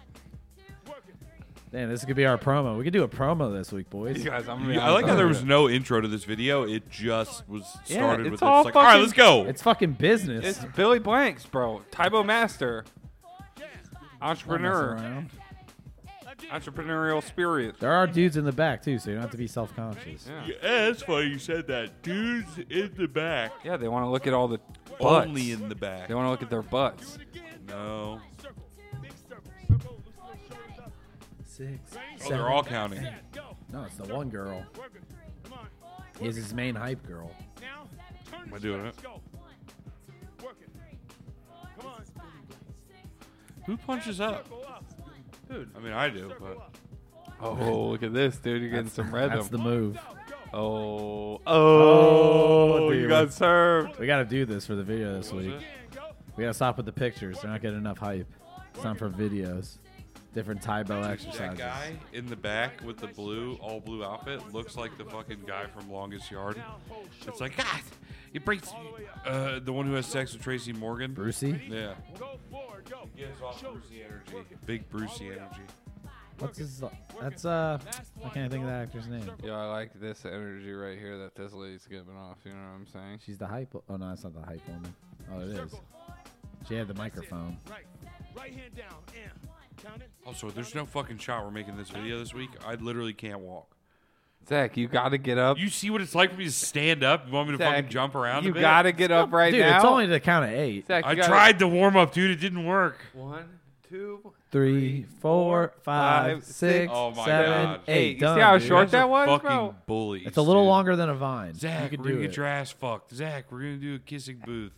S2: Man, this could be our promo. We could do a promo this week, boys.
S3: You guys, I'm gonna be
S1: Yeah, I like
S3: honest,
S1: how there
S3: I'm
S1: was
S3: gonna-
S1: no intro to this video. It just was
S3: Yeah,
S1: started
S3: it's
S1: with
S3: all
S1: this. Like, all right,
S3: fucking-
S1: let's go.
S2: It's fucking business.
S3: It's Billy Blanks, bro. Tybo Master,
S2: Don't mess
S3: entrepreneur,
S2: around.
S3: entrepreneurial spirit.
S2: There are dudes in the back too, so you don't have to be self-conscious.
S3: Yeah.
S1: Yeah, that's why you said that. Dudes in the back.
S3: Yeah, they want to look at all the butts.
S1: Only in the back.
S3: they want to look at their butts.
S1: No.
S2: Six.
S1: Oh, they're all counting.
S2: No, it's the one girl. Is his main hype girl.
S1: Am I doing it? Who punches up? Dude, I mean, I do, but
S3: Oh, look at this, dude. You're getting some rhythm.
S2: That's the move.
S3: oh, oh, oh you
S2: dude.
S3: got served.
S2: We gotta do this for the video this week. We gotta stop with the pictures. They're not getting enough hype. It's time for videos. Different Tybo
S1: that
S2: exercises.
S1: guy in the back with the blue, all blue outfit looks like the fucking guy from Longest Yard. It's like, God, it breaks. Uh, the one who has sex with Tracy Morgan.
S2: Brucey?
S1: Yeah. Gives off Brucey energy. Big Brucey energy.
S2: What's his? That's uh, I can't think of that actor's name.
S3: Yo, I like this energy right here that this lady's giving off. You know what I'm saying?
S2: She's the hype. Oh no, it's not the hype woman. Oh, it is. She had the microphone.
S6: Right. Right hand down. And count it.
S1: Also, there's no fucking shot we're making this video this week. I literally can't walk.
S3: Zach, you got to get up.
S1: You see what it's like for me to stand up? You want me to
S3: Zach,
S1: fucking jump around?
S3: You
S1: a bit?
S3: got to get up right
S2: Dude,
S3: now.
S2: it's only the count of eight.
S3: Zach, you
S1: I
S3: gotta-
S1: tried the warm up, dude. It didn't work.
S3: One, two,
S2: Three, four, five,
S3: five,
S2: six,
S1: Oh my
S2: seven,
S1: God.
S2: eight.
S3: You
S2: Done,
S3: see how
S2: dude.
S3: short
S1: Guys
S3: that
S1: are
S3: was,
S1: fucking
S3: bro?
S1: bullies.
S2: It's a little
S1: dude.
S2: longer than a vine. you
S1: Zach,
S2: could
S1: we're gonna
S2: do
S1: get
S2: it.
S1: your ass fucked. Zach, we're gonna do a kissing booth.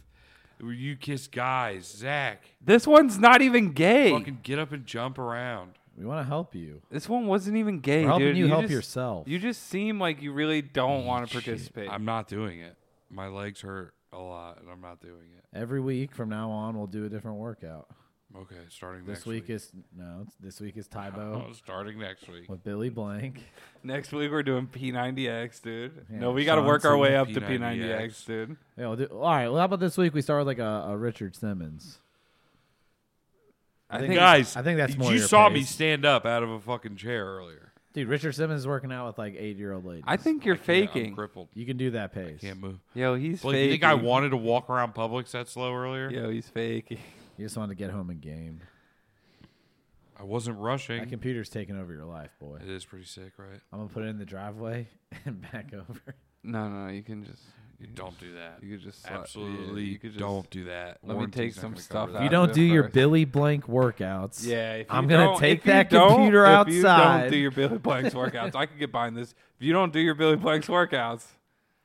S1: Where you kiss guys. Zach,
S3: This one's not even gay.
S1: fucking get up and jump around.
S2: We want to help you.
S3: This one wasn't even gay,
S2: We're helping
S3: dude.
S2: you help
S3: just-
S2: yourself.
S3: You just seem like you really don't want to participate.
S1: I'm not doing it. My legs hurt a lot, and I'm not doing it.
S2: Every week from now on, we'll do a different workout.
S1: Okay, starting
S2: This
S1: next
S2: week,
S1: (laughs)
S2: is no. it's- This week is Tybo
S1: Oh, starting next week.
S2: with Billy Blank.
S3: Next week we're doing P90X, dude.
S2: Yeah,
S3: no, we got to work our
S2: Johnson,
S3: way up to
S1: P90X.
S3: P90X, dude.
S2: Yeah, we'll do, all right. Well, how about this week we start with like a, a Richard Simmons?
S3: I
S2: think-
S3: think
S1: Guys,
S2: I think that's more
S1: You
S2: your
S1: saw me
S2: pace.
S1: stand up out of a fucking chair earlier.
S2: Dude, Richard Simmons is working out with like eight-year-old ladies.
S3: I think you're
S1: Yeah, I'm
S3: faking.
S1: crippled.
S2: you can do that pace.
S1: Can't move.
S3: Yo, he's
S1: Blake,
S3: faking.
S1: you think I wanted to walk around Publix that slow earlier?
S3: Yo, he's faking. (laughs)
S2: You just want to get home and game.
S1: I wasn't rushing.
S2: That computer's taking over your life, boy.
S1: It is pretty sick, right?
S2: I'm gonna put it in the driveway (laughs) and back over.
S3: No, no, you can just. You can
S1: Don't
S3: just-
S1: do that.
S3: You could just slide- yeah,
S1: Absolutely
S3: you could just-
S1: don't do that.
S3: let me
S1: Warranty's
S3: take
S1: not
S3: some
S1: gonna
S3: stuff
S1: cover
S2: If
S1: that.
S2: you
S3: out.
S2: don't
S3: good
S2: do your
S3: first.
S2: Billy Blank workouts,
S3: (laughs) Yeah, if
S2: I'm
S3: you
S2: gonna
S3: don't-
S2: take
S3: if you
S2: that
S3: don't-
S2: computer
S3: if you
S2: outside.
S3: don't do your Billy Blanks workouts. I can get behind this. If you don't do your Billy Blanks workouts,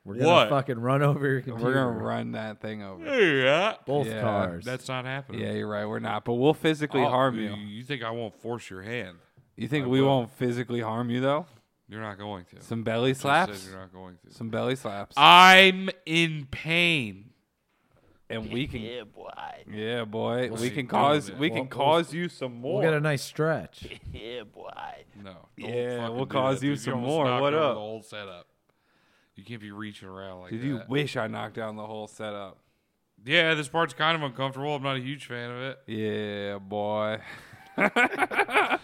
S2: we're gonna
S1: What?
S2: fucking run over your computer.
S3: we're gonna run that thing over.
S1: Yeah,
S2: both
S3: Yeah,
S2: cars.
S1: that's not happening.
S3: Yeah, you're right. We're not, but we'll physically
S1: I'll-
S3: harm you.
S1: You think I won't force your hand?
S3: You think
S1: I
S3: we
S1: will.
S3: won't physically harm you though?
S1: You're not going to.
S3: Some belly
S1: You just said
S3: slaps.
S1: You're not going to.
S3: Some belly slaps.
S1: I'm in pain.
S3: and we can Yeah, boy. Yeah, boy. we
S1: see.
S3: can
S1: Doing
S3: cause
S1: it.
S3: we can cause you some more.
S2: we'll get a nice
S3: (laughs)
S2: stretch.
S1: No. don't
S3: Yeah,
S1: fucking
S3: we'll
S1: do
S3: cause
S1: that,
S3: you
S1: dude.
S3: some
S1: almost
S3: more.
S1: knocked
S3: What
S1: over
S3: up?
S1: The whole setup. You can't be reaching around like
S3: Did
S1: that.
S3: you wish I knocked down the whole setup?
S1: Yeah, this part's kind of uncomfortable. I'm not a huge fan of it.
S3: Yeah, boy. (laughs)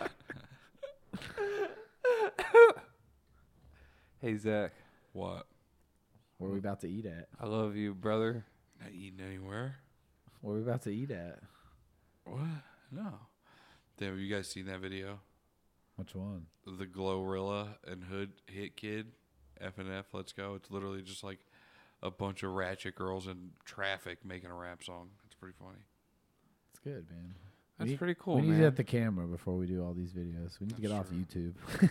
S3: hey Zach,
S1: What?
S2: Where are we about to eat at?
S3: I love you, brother.
S1: Not eating anywhere?
S2: Where are we about to eat at?
S1: What? No. Damn, have you guys seen that video?
S2: Which one?
S1: The Glorilla and Hood Hit Kid, F and F. Let's go. It's literally just like a bunch of ratchet girls in traffic making a rap song. It's pretty funny.
S2: It's good, man.
S3: That's
S2: We-
S3: pretty cool,
S2: We need
S3: man.
S2: to get the camera before we do all these videos. We need to get off YouTube. (laughs)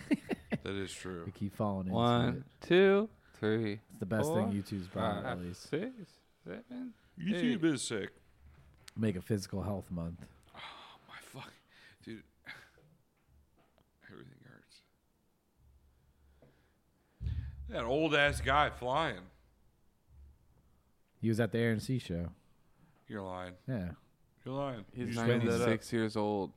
S1: That is
S2: we
S3: (laughs)
S1: true.
S2: keep falling into it.
S3: One, two, three,
S2: It's the best
S3: four,
S2: thing YouTube's brought out,
S3: five,
S2: at least.
S3: six, seven.
S1: YouTube is sick.
S2: Make a physical health month.
S1: My fuck, dude. (sighs) Everything hurts. That old ass guy flying.
S2: He was at the Aaron C show.
S1: You're lying.
S2: Yeah.
S1: You're lying. You
S3: He's
S1: just made that up.
S3: 96 years old.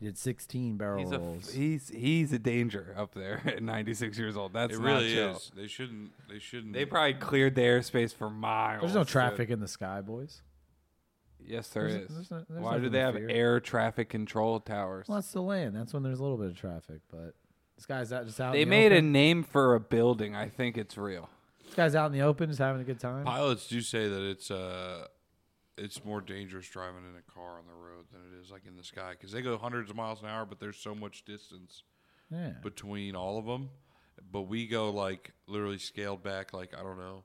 S2: He did 16 barrel
S3: He's a
S2: rolls.
S3: he's he's a danger up there (laughs) at 96 years old. That's
S1: It
S3: not
S1: really
S3: chill.
S1: is. They shouldn't. They shouldn't.
S3: They probably cleared the airspace for miles.
S2: There's no
S3: dude.
S2: traffic in the sky, boys.
S3: Yes, there
S2: There's-
S3: is.
S2: there's no- there's
S3: Why do
S2: nothing
S3: they
S2: to
S3: have
S2: fear.
S3: air traffic control towers?
S2: Well, that's the land. That's when there's a little bit of traffic, but this guy's out just out.
S3: they
S2: in the
S3: made a
S2: open.
S3: name for a building. I think it's real.
S2: This guy's out in the open, just having a good time.
S1: Pilots do say that it's uh, it's more dangerous driving in a car on the road than it is like in the sky because they go hundreds of miles an hour, but there's so much distance
S2: Yeah.
S1: between all of them. But we go like literally scaled back, like I don't know,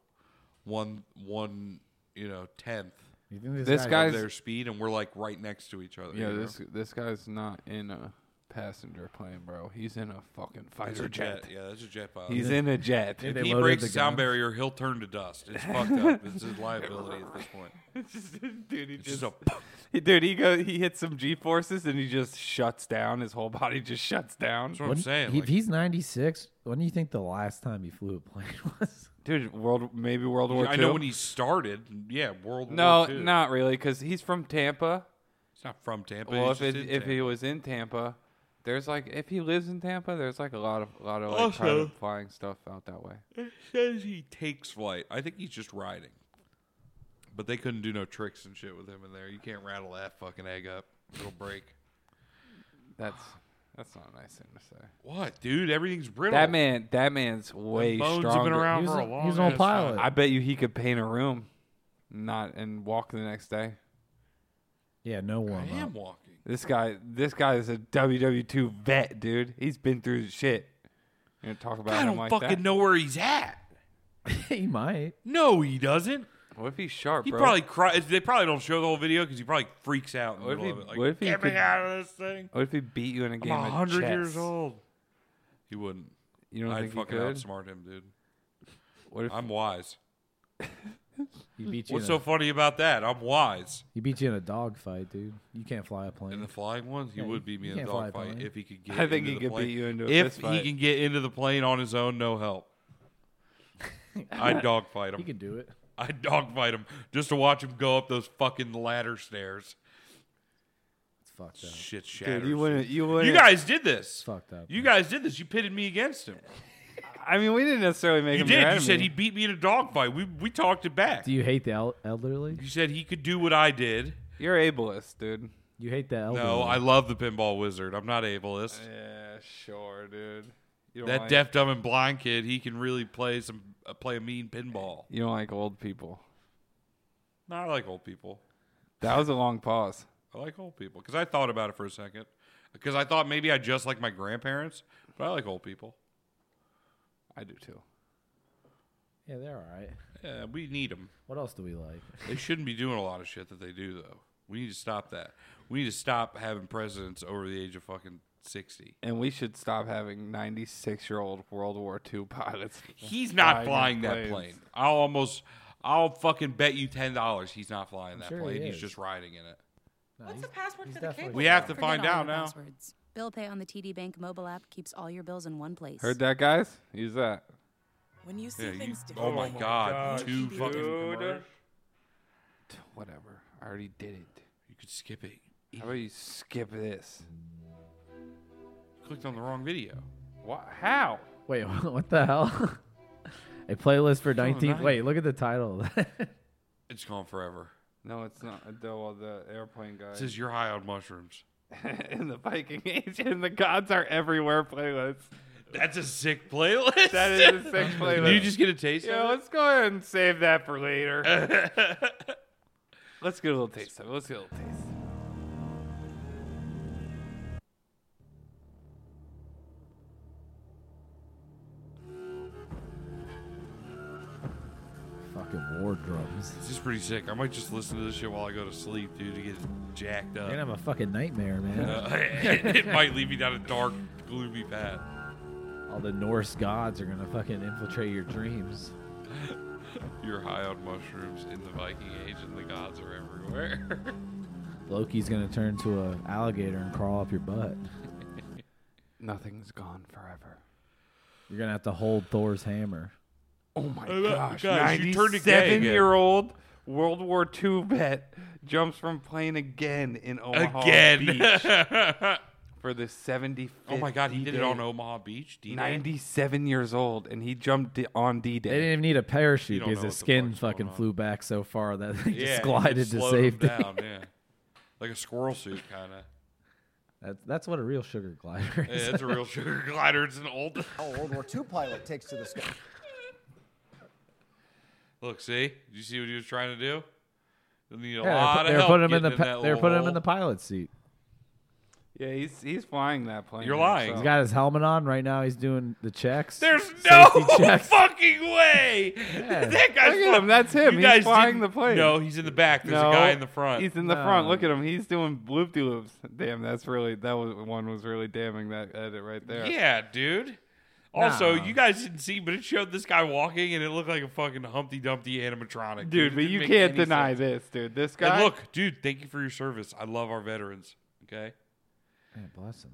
S1: one one you know tenth
S2: You think this,
S3: this
S2: guy-
S1: of
S3: guy's-
S1: their speed, and we're like right next to each other.
S3: Yeah,
S1: you know?
S3: this this guy's not in a passenger plane, bro. He's in a fucking
S1: That's a
S3: fighter jet.
S1: jet. Yeah, that's a jet pilot.
S3: He's in a jet.
S2: Dude,
S3: (laughs)
S1: if
S2: they
S1: he
S2: loaded
S1: breaks
S2: the
S1: the sound
S2: guns.
S1: barrier, he'll turn to dust. It's fucked up. It's his liability at this point.
S3: Dude, he
S1: It's just
S3: just
S1: a
S3: He- Dude, he go he hits some G forces and he just shuts down. His whole body just shuts down.
S1: That's what I'm
S2: When-
S1: saying.
S2: he- if
S1: like-
S2: he's 96, when do you think the last time he flew a plane (laughs) was?
S3: Dude, world maybe World War
S1: I
S3: II.
S1: know when he started. Yeah, World
S3: no,
S1: War II.
S3: not really, because he's from Tampa.
S1: He's not from Tampa.
S3: well,
S1: he's
S3: if it,
S1: just in
S3: if he
S1: Tampa.
S3: was in Tampa, there's like if he lives in Tampa, there's like a lot of a lot of like
S1: Also-
S3: private flying stuff out that way.
S1: It says he takes flight. I think he's just riding. But they couldn't do no tricks and shit with him in there. You can't rattle that fucking egg up. It'll break.
S3: That's that's not a nice thing to say.
S1: What, dude? Everything's brittle.
S3: That man, that man's way
S1: bones
S3: stronger.
S1: have been around
S2: He was
S1: for a
S2: a- he
S1: long.
S2: was an old
S1: ass time.
S2: pilot.
S3: I bet you he could paint a room, not and walk the next day.
S2: Yeah, no
S1: I
S2: warm up.
S1: am walking.
S3: This guy, this guy is a WW two vet, dude. He's been through shit. You're gonna talk about
S1: I
S3: him
S1: don't
S3: like
S1: fucking
S3: that?
S1: know where he's at.
S2: (laughs) he might.
S1: No, he doesn't.
S3: What if he's sharp,
S1: He
S3: bro?
S1: probably cries. They probably don't show the whole video because he probably freaks out. In the
S3: What if
S1: middle
S3: he-
S1: of it. Like,
S3: what if he
S1: get
S3: could-
S1: me out of this thing?
S3: What if he beat you in a game
S1: I'm
S3: of
S1: hundred
S3: chess?
S1: years old. He wouldn't.
S3: You don't
S1: I'd
S3: think
S1: fucking
S3: he could?
S1: outsmart him, dude.
S3: What if
S1: I'm wise.
S2: He beat you.
S1: What's
S2: in a,
S1: so funny about that? I'm wise.
S2: he beat you in a dog fight, dude. You can't fly a plane.
S1: In the flying ones, he
S2: Yeah,
S1: would beat me
S2: you
S1: in a
S2: can't fly a
S1: dog fight
S2: plane.
S1: if he could get.
S3: I
S1: into
S3: think he
S1: the
S3: could
S1: plane.
S3: beat you into a
S1: If
S3: fist
S1: he
S3: fight.
S1: can get into the plane on his own,
S2: (laughs)
S1: no help. I'd dog fight
S2: he
S1: him.
S2: can do it.
S1: I'd dog fight him just to watch him go up those fucking ladder stairs.
S2: It's fucked up.
S1: Shit shatters.
S3: Dude, you wouldn't. You wouldn't.
S1: You guys did this.
S2: fucked up.
S1: You guys did this. You pitted me against him.
S3: I mean, we didn't necessarily make
S1: You
S3: him your
S1: did. You
S3: enemy.
S1: said he beat me in a dogfight. We we talked it back.
S2: Do you hate the el- elderly?
S1: You said he could do what I did.
S3: You're ableist, dude.
S2: You hate the elderly?
S1: No, I love the pinball wizard. I'm not ableist.
S3: Yeah, sure, dude. You don't
S1: That
S3: like,
S1: deaf, dumb, and blind kid, he can really play some uh, play a mean pinball.
S3: You don't like old people.
S1: No, I like old people.
S3: That was a long pause.
S1: I like old people because I thought about it for a second because I thought maybe I just like my grandparents, but I like old people.
S3: I do too.
S2: Yeah, they're all right.
S1: Yeah, we need them.
S2: What else do we like?
S1: They shouldn't be doing a lot of shit that they do though. We need to stop that. We need to stop having presidents over the age of fucking sixty.
S3: And we should stop having 96 year old World War II (laughs) pilots.
S1: He's not flying
S3: Flying
S1: that
S3: planes.
S1: plane. I'll almost, I'll fucking bet you ten dollars he's not flying that
S2: sure he
S1: plane. He's
S2: is.
S1: just riding in it.
S6: What's the password
S2: he's
S6: to the
S2: definitely-
S6: cable?
S1: We have to
S6: box?
S1: find
S7: Forget all
S1: out
S7: your
S1: now.
S7: Passwords. Bill Pay on the TD Bank mobile app keeps all your bills in one place.
S3: Heard that, guys? Use that.
S6: When you see
S1: Yeah, you,
S6: things
S1: oh
S6: differently,
S1: my god, two
S6: Dude.
S1: fucking. commercials.
S3: T- Whatever. I already did it.
S1: You could skip it.
S3: How about you skip this?
S1: You clicked on the wrong video.
S3: What? How?
S2: Wait, (laughs) what the hell? a playlist for 19th.
S1: nice.
S2: Wait, look at the title. (laughs)
S1: It's gone forever.
S3: No, it's not. Uh, The, well, the airplane guy.
S1: It
S3: (laughs)
S1: says you're high on mushrooms.
S3: in the Viking (laughs) Age, and the gods are everywhere playlist.
S1: That's a sick (laughs) playlist.
S3: That is a sick playlist.
S1: you just get a taste of
S3: Yeah,
S1: it?
S3: let's go ahead and save that for (laughs) later. let's get a little taste of it. Let's get a little taste.
S2: Fucking war drums.
S1: This is pretty sick. I might just listen to this shit while I go to sleep, dude, to get jacked up.
S2: You're gonna have a fucking nightmare, man.
S1: Uh, (laughs) it might lead me down a dark, gloomy path.
S2: All the Norse gods are gonna fucking infiltrate your dreams.
S1: You're high on mushrooms in the Viking Age, and the gods are (laughs) everywhere.
S2: Loki's gonna turn to a alligator and crawl up your butt.
S3: Nothing's gone forever.
S2: You're gonna have to hold Thor's hammer.
S3: Oh my
S1: Oh, that-
S3: gosh!
S1: guys, you turned it gay again.
S3: Ninety-seven-year-old World War II vet jumps from plane again in Omaha Beach for the 75th.
S1: (laughs) oh my god, he did it
S3: D-Day.
S1: on Omaha Beach. D-Day?
S3: Ninety-seven years old, and he jumped di- on
S2: They didn't
S3: D-Day.
S2: even need a
S1: You
S2: parachute
S1: don't
S2: because
S1: know
S2: his
S1: what the
S2: skin
S1: fuck's going
S2: fucking
S1: on.
S2: flew back so far that (laughs) they
S1: Yeah,
S2: just
S1: he
S2: glided to
S1: slowed him
S2: safety.
S1: down, yeah. Like a squirrel suit, kind of.
S2: That's, that's what a real sugar glider (laughs) is.
S1: Yeah, it's a real sugar glider. It's
S8: (laughs)
S1: an old.
S8: World War II pilot takes to the sky.
S1: Look, see? Did you see what he was trying to do? You'll need a
S2: Yeah,
S1: lot
S2: they were,
S1: of
S2: pu-
S1: help.
S2: they were putting him in the
S1: getting
S2: pa-
S1: that
S2: they were
S1: little
S2: putting him in
S1: hole.
S2: the pilot seat.
S3: Yeah, he's he's flying that plane.
S1: You're
S2: He's
S1: lying.
S3: himself.
S2: got his helmet on right now. He's doing the checks.
S1: There's
S2: Safety
S1: no
S2: checks.
S1: (laughs) fucking way. (laughs) That guy's
S3: Look at him.
S1: fu-
S3: That's him.
S1: You
S3: He's
S1: guys
S3: flying
S1: didn't-
S3: the plane.
S1: No, he's in the back. There's
S3: No,
S1: a guy in the front.
S3: He's in the front.
S2: No.
S3: Look at him. He's doing loop de loops. Damn, that's really that was one was really damning that edit right there.
S1: Yeah, dude. Also,
S2: Nah.
S1: you guys didn't see, but it showed this guy walking, and it looked like a fucking Humpty Dumpty animatronic.
S3: dude,
S1: It
S3: but
S1: didn't
S3: you
S1: make
S3: can't
S1: any
S3: deny
S1: sense.
S3: this, dude. This
S1: And
S3: guy.
S1: look, dude, thank you for your service. I love our veterans. Okay,
S2: Man, bless him.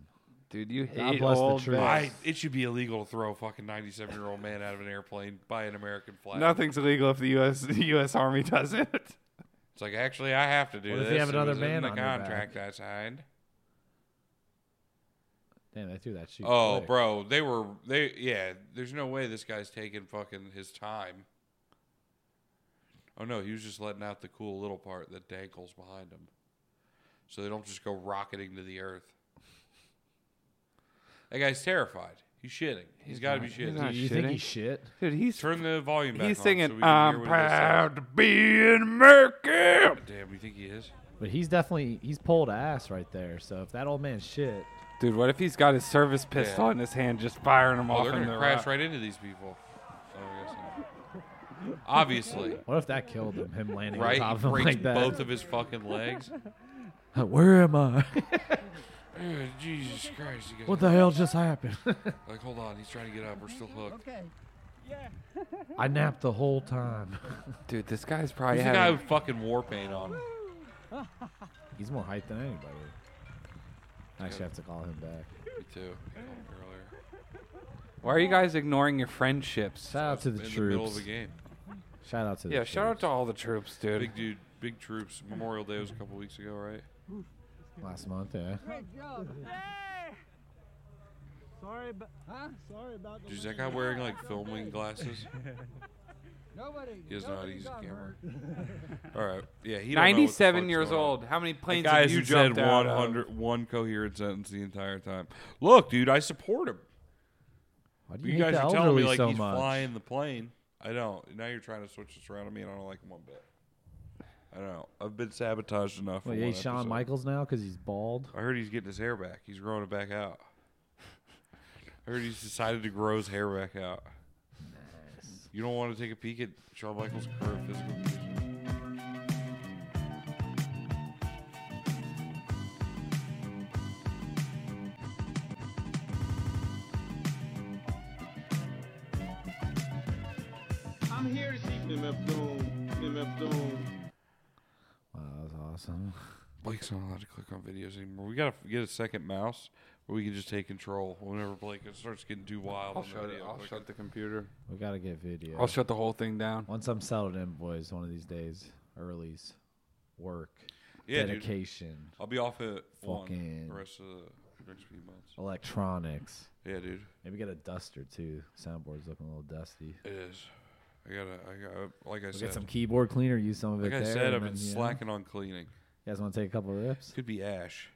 S3: dude, you
S2: God
S3: hate
S2: bless the
S3: old
S2: troops.
S3: vets.
S1: I it should be illegal to throw a fucking ninety-seven-year-old man out of an airplane by an American flag.
S3: Nothing's illegal if the U.S. (laughs) The U.S. Army does it.
S1: It's like actually, I have to do
S2: What
S1: this.
S2: if you have
S1: It
S2: another
S1: was in
S2: man
S1: the
S2: on your back?
S1: contract I signed?
S2: Damn, they threw that shoot.
S1: Oh,
S2: quick.
S1: bro, they were they. Yeah, there's no way this guy's taking fucking his time. Oh no, he was just letting out the cool little part that dangles behind him, so they don't just go rocketing to the earth. That guy's terrified. He's shitting. he's got to be
S3: not- he's
S1: shitting.
S3: not
S2: Do you think
S3: shitting.
S2: he's shit?
S3: Dude, he's
S1: Turn the volume back.
S3: he's
S1: on
S3: singing.
S1: So we can hear
S3: I'm
S1: what he says.
S3: proud to be in America.
S1: Damn, you think he is?
S2: But he's definitely he's pulled ass right there. So if that old man's shit,
S3: Dude, what if he's got his service pistol
S1: Yeah.
S3: in his hand, just firing them
S1: Oh,
S3: off
S1: they're
S3: in
S1: gonna
S3: the
S1: crash
S3: ra-
S1: right into these people. Oh, I guess not. Obviously,
S2: what if that killed him? Him landing
S1: right?
S2: on top
S1: He
S2: of him
S1: breaks
S2: like that.
S1: both of his
S2: (laughs)
S1: fucking legs.
S2: Where am I? (laughs)
S1: Ugh, Jesus Christ! You guys
S2: what the hell just
S1: (laughs)
S2: happened?
S1: Like, hold on, he's trying to get up. We're still hooked.
S2: I napped the whole time. (laughs)
S3: Dude, this guy's probably
S1: He's the guy
S3: having.
S1: with fucking war paint on. him.
S2: He's more hyped than anybody. I actually have to call him back.
S1: Me too. He called me earlier.
S3: Why are you guys ignoring your friendships?
S2: Shout out to the
S1: In the middle
S2: troops.
S1: of a game.
S2: shout out to the
S3: Yeah, shout out
S2: troops.
S3: to all the troops, dude.
S1: Big dude, big troops. Memorial Day was a couple weeks ago, right?
S2: last month. Yeah,
S9: Sorry, but huh? Sorry about
S1: Dude, is that guy wearing like filming glasses? He doesn't know how to use
S2: (laughs)
S1: a camera. All right. Yeah, he. don't know what the
S3: 97
S1: fuck's
S3: years
S1: going on.
S3: old. How many
S1: The
S3: planes
S1: guy
S3: have you
S1: hasn't said
S3: jumped out
S1: one
S3: of?
S1: hundred one coherent sentence the entire time. Look, dude, I support him.
S2: Why do you,
S1: You,
S2: hate
S1: guys
S2: the
S1: are telling me
S2: elderly
S1: like
S2: so
S1: he's
S2: much?
S1: flying the plane. I don't. Now you're trying to switch this around on me, and I don't like him one bit. I don't know. I've been sabotaged enough. for
S2: Well, yeah,
S1: one
S2: Shawn
S1: episode.
S2: Michaels now because he's bald.
S1: I heard he's getting his hair back. He's growing it back out. I heard he's decided to grow his hair back out. You don't want to take a peek at Shawn Michaels' current physical condition.
S9: I'm here this evening, MF Doom. MF Doom.
S2: Wow, that was awesome.
S1: Blake's not allowed to click on videos anymore. We gotta f- get a second mouse where we can just take control whenever Blake starts getting too wild.
S3: I'll
S1: on the
S3: shut, it,
S1: video.
S3: I'll
S1: Like,
S3: shut the computer.
S2: We gotta get video.
S3: I'll shut the whole thing down.
S2: Once I'm settled in, boys, one of these days, early's work,
S1: yeah, dude.
S2: dedication,
S1: I'll be off at one
S2: Fucking-
S1: the rest of the next few months.
S2: electronics.
S1: Yeah, dude.
S2: Maybe get a duster too. Soundboard's looking a little dusty.
S1: It is. I gotta. I gotta. Like I
S2: We'll
S1: said.
S2: get some keyboard cleaner. Use some of it
S1: like I
S2: there.
S1: said,
S2: and
S1: I've been
S2: then, you know,
S1: slacking on cleaning.
S2: You guys want to take a couple rips?
S1: Could be ash.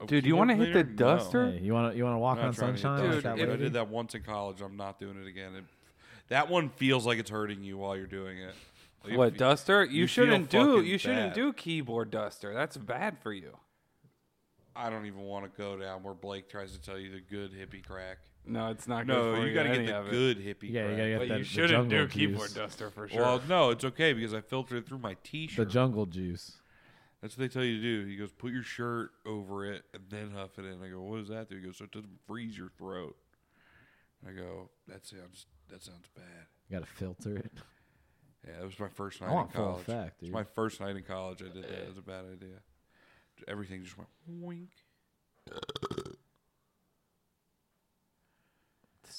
S1: Oh, A
S3: Dude, you
S1: keyboard
S3: wanna hit the
S1: cleaner? No.
S3: duster?
S2: Hey, you want to you want to walk
S1: I'm not
S2: on
S1: trying to hit
S2: sunshine?
S1: the
S2: like
S3: Dude,
S1: duster.
S2: that
S1: if I
S2: lady?
S1: did that once in college, I'm not doing it again. It, that one feels like it's hurting you while you're doing it. Like, if
S3: What
S1: you-
S3: duster? You,
S1: you feel
S3: shouldn't do.
S1: fucking
S3: You shouldn't
S1: bad.
S3: do keyboard duster. That's bad for you.
S1: I don't even want to go down where Blake tries to tell you the good hippie crack.
S3: No, it's not.
S1: No,
S3: good for
S1: you got to
S3: any
S1: get
S3: of
S1: the
S3: it.
S1: good hippie
S2: Yeah, you
S1: crack.
S2: gotta get
S3: But
S2: that,
S3: you
S2: the
S3: shouldn't do
S2: jungle
S3: keyboard
S2: juice.
S3: duster for sure.
S1: Well, no, it's okay because I filtered it through my
S2: The
S1: t-shirt.
S2: jungle juice.
S1: That's what they tell you to do. He goes, put your shirt over it and then huff it in. I go, what does that do? He goes, so it doesn't freeze your throat. I go, that sounds that sounds bad.
S2: You gotta filter it. (laughs)
S1: Yeah, it was my first night in
S2: want full
S1: college.
S2: effect,
S1: It's
S2: dude.
S1: my first night in college. I did that. It was a bad idea. Everything just went wink.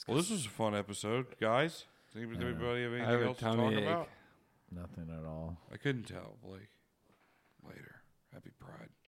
S1: Well, this was a fun episode, guys. Does anybody, anybody have
S3: have
S1: anything
S3: a
S1: else to
S3: tummy
S1: talk
S3: ache.
S1: about?
S2: Nothing at all.
S1: I couldn't tell, Blake. Later. Happy Pride.